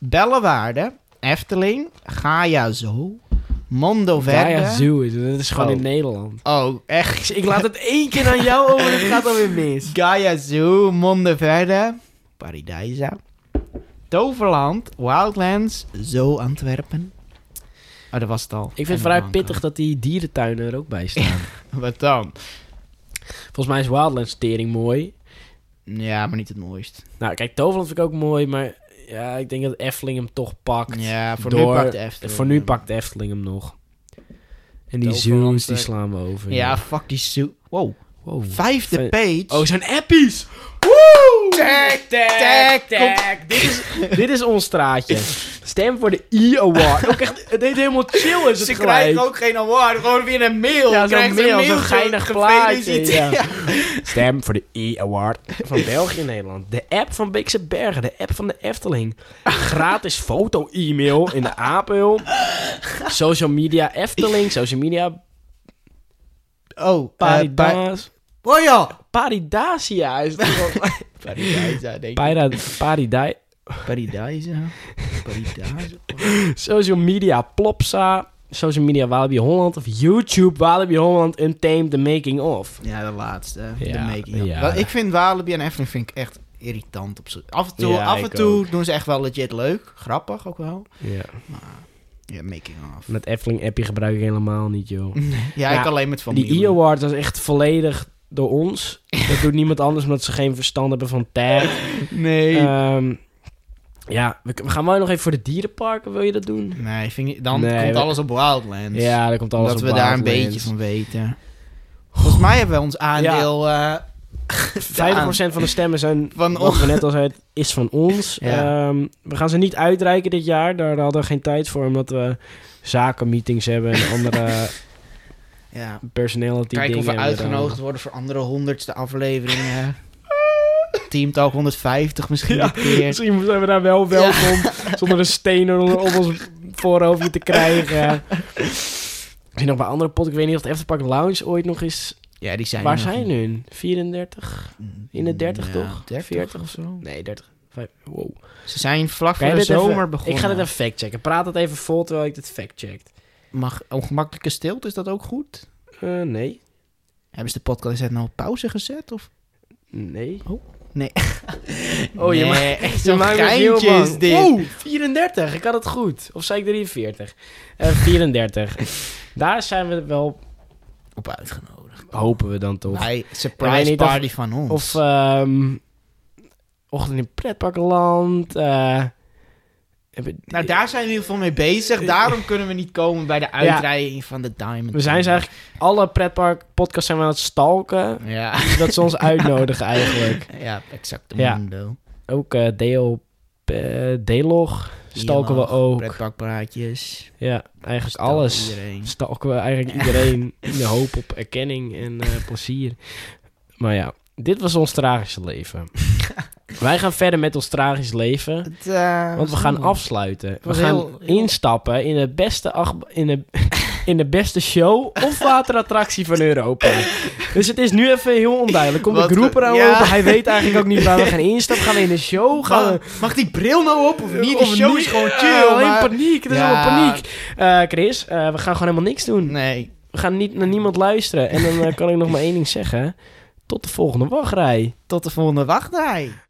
Bellewaarde, Efteling, Gaia Zoo, Mondo Verde.
ja, Zoo is het. Dat is gewoon
Oh.
in Nederland.
Oh, echt.
Ik laat het één keer aan jou over, het gaat alweer mis.
Gaia Zoo, Mondo Verde, Paradijsa, Toverland, Wildlands, Zoo Antwerpen. Oh, dat was het al.
Ik vind
En
het vrij
Blanco.
pittig dat die dierentuinen er ook bij staan.
Wat dan?
Volgens mij is Wildlands tering mooi.
Ja, maar niet het mooist.
Nou, kijk, Toverland vind ik ook mooi, maar ja, ik denk dat Efteling hem toch pakt.
Ja, voor
door-
nu pakt de Efteling.
Voor nu pakt Efteling hem nog. En die
Toverland,
zoos, die
eh,
slaan we over.
Ja, fuck die zoo. Wow.
Wow.
Vijfde
Vijf-
page.
Oh, zijn appies!
Tag, tag, tag.
Dit is ons straatje. Stem voor de E-award. ook echt, het deed helemaal chill is het
Ze
gelijk.
krijgen ook geen award, gewoon weer een mail.
Ja, zo'n
Krijgt
mail,
een
zo'n
mailtje,
geinig plaatje,
gefeliciteerd.
ja. Stem voor de E-award van België en Nederland. De app van Beekse Bergen. De app van de Efteling. Gratis foto-e-mail in de Apel. Social media Efteling. Social media
Oh, uh,
Paridas.
oh ja.
Paridasia is het volgens mij.
Paradijsa, denk ik.
Parida, Paridai.
Paradijsa. Paradijsa.
Social media Plopsa. Social media Walibi Holland. Of YouTube Walibi Holland Untamed The Making Of.
Ja, de laatste. de
Ja,
making of.
ja.
Wel, Ik vind Walibi en Efteling vind ik echt irritant op z'n- Af en toe,
Ja,
af en
ik
toe doen ze echt wel legit leuk. Grappig ook wel.
Ja.
Ja, making of.
Met Efteling appje gebruik ik helemaal niet, joh.
Ja,
Ja,
ik alleen met familie.
Die E-Award was echt volledig door ons. Dat doet niemand anders omdat ze geen verstand hebben van tijd.
Nee.
Ehm, ja, we, we gaan wel nog even voor de dierenparken. Wil je dat doen?
nee, vind ik, dan
Nee,
komt
we-
alles op Wildlands.
Ja, daar komt alles
dat
op
we daar een
Wildlands.
beetje van weten. Volgens mij hebben we ons aandeel... eh,
50% van de stemmen zijn,
Van
wat we net al zeiden, is van ons.
Ja.
Ehm, we gaan ze niet uitreiken dit jaar. Daar hadden we geen tijd voor, omdat we zakenmeetings hebben en andere
ja.
personality
Kijken
dingen.
of we
hebben dan.
uitgenodigd worden voor andere honderdste afleveringen. Team Talk 150 misschien
Ja.
een keer.
Misschien zijn we daar wel welkom, zonder een steen onder- op ons voorhoofdje te krijgen. Misschien nog bij andere pod, ik weet niet of de Efterpark Lounge ooit nog is.
Ja, die zijn
Waar
er nog
zijn
niet.
hun? 34? In de 30
Ja,
toch?
30
40
of zo.
Nee, 30. Vijf- Wow.
Ze zijn vlak
Kan
voor
je dit
de
even-
zomer begonnen.
Ik ga dit even factchecken. Praat het even vol terwijl ik dit factcheck.
Mag ongemakkelijke stilte, is dat ook goed?
Eh nee.
Hebben ze de podcast net nou op pauze gezet? Of?
Nee.
Oh. Nee.
Oh, je maakt-
echt
Ze
zo'n
maken me heel
geintje is
bang.
dit.
Oeh, 34. Ik had het goed. Of zei ik 43? Eh 34. Daar zijn we wel,
Op uitgenodigd.
hopen we dan toch.
Bij
Ik weet
surprise
niet of-
party van ons.
Of ehm Ochtend in Pretparkland. eh, hebben-
nou, daar zijn we in ieder geval mee bezig. Daarom kunnen we niet komen bij de uitreiking van de Diamond.
we zijn ze
Tour.
eigenlijk... Alle pretpark podcasts zijn we aan het stalken.
Ja,
Dat ze ons uitnodigen eigenlijk.
ja exact.
Ja.
Mundo.
Ook eh Deel... eh, Delog stalken we ook.
Pretparkpraatjes.
Ja, eigenlijk
Stalken
alles.
Iedereen.
stalken we eigenlijk iedereen in de hoop op erkenning en eh, plezier. Maar ja, dit was ons tragische leven. Wij gaan verder met ons tragisch leven.
Het, eh,
Want we
was
gaan
allemaal-
afsluiten. We
was
gaan
heel- heel-
instappen in de beste, acht, in de, in de beste show of waterattractie van Europa. Dus het is nu even heel onduidelijk. Komt
Wat
de groep
we-
eraan
ja.
lopen? Hij weet eigenlijk ook niet waar we gaan instappen. Gaan we in de show? Gaan we...
Mag, mag die bril nou op of niet? De
Of
show
niet?
is gewoon
Ja,
chill.
alleen
maar-
paniek. Het is
Ja.
allemaal paniek. Eh, Chris, eh, we gaan gewoon helemaal niks doen.
Nee.
We gaan niet naar niemand luisteren. En dan eh, kan ik nog maar één ding zeggen. Tot de volgende wachtrij.
Tot de volgende wachtrij.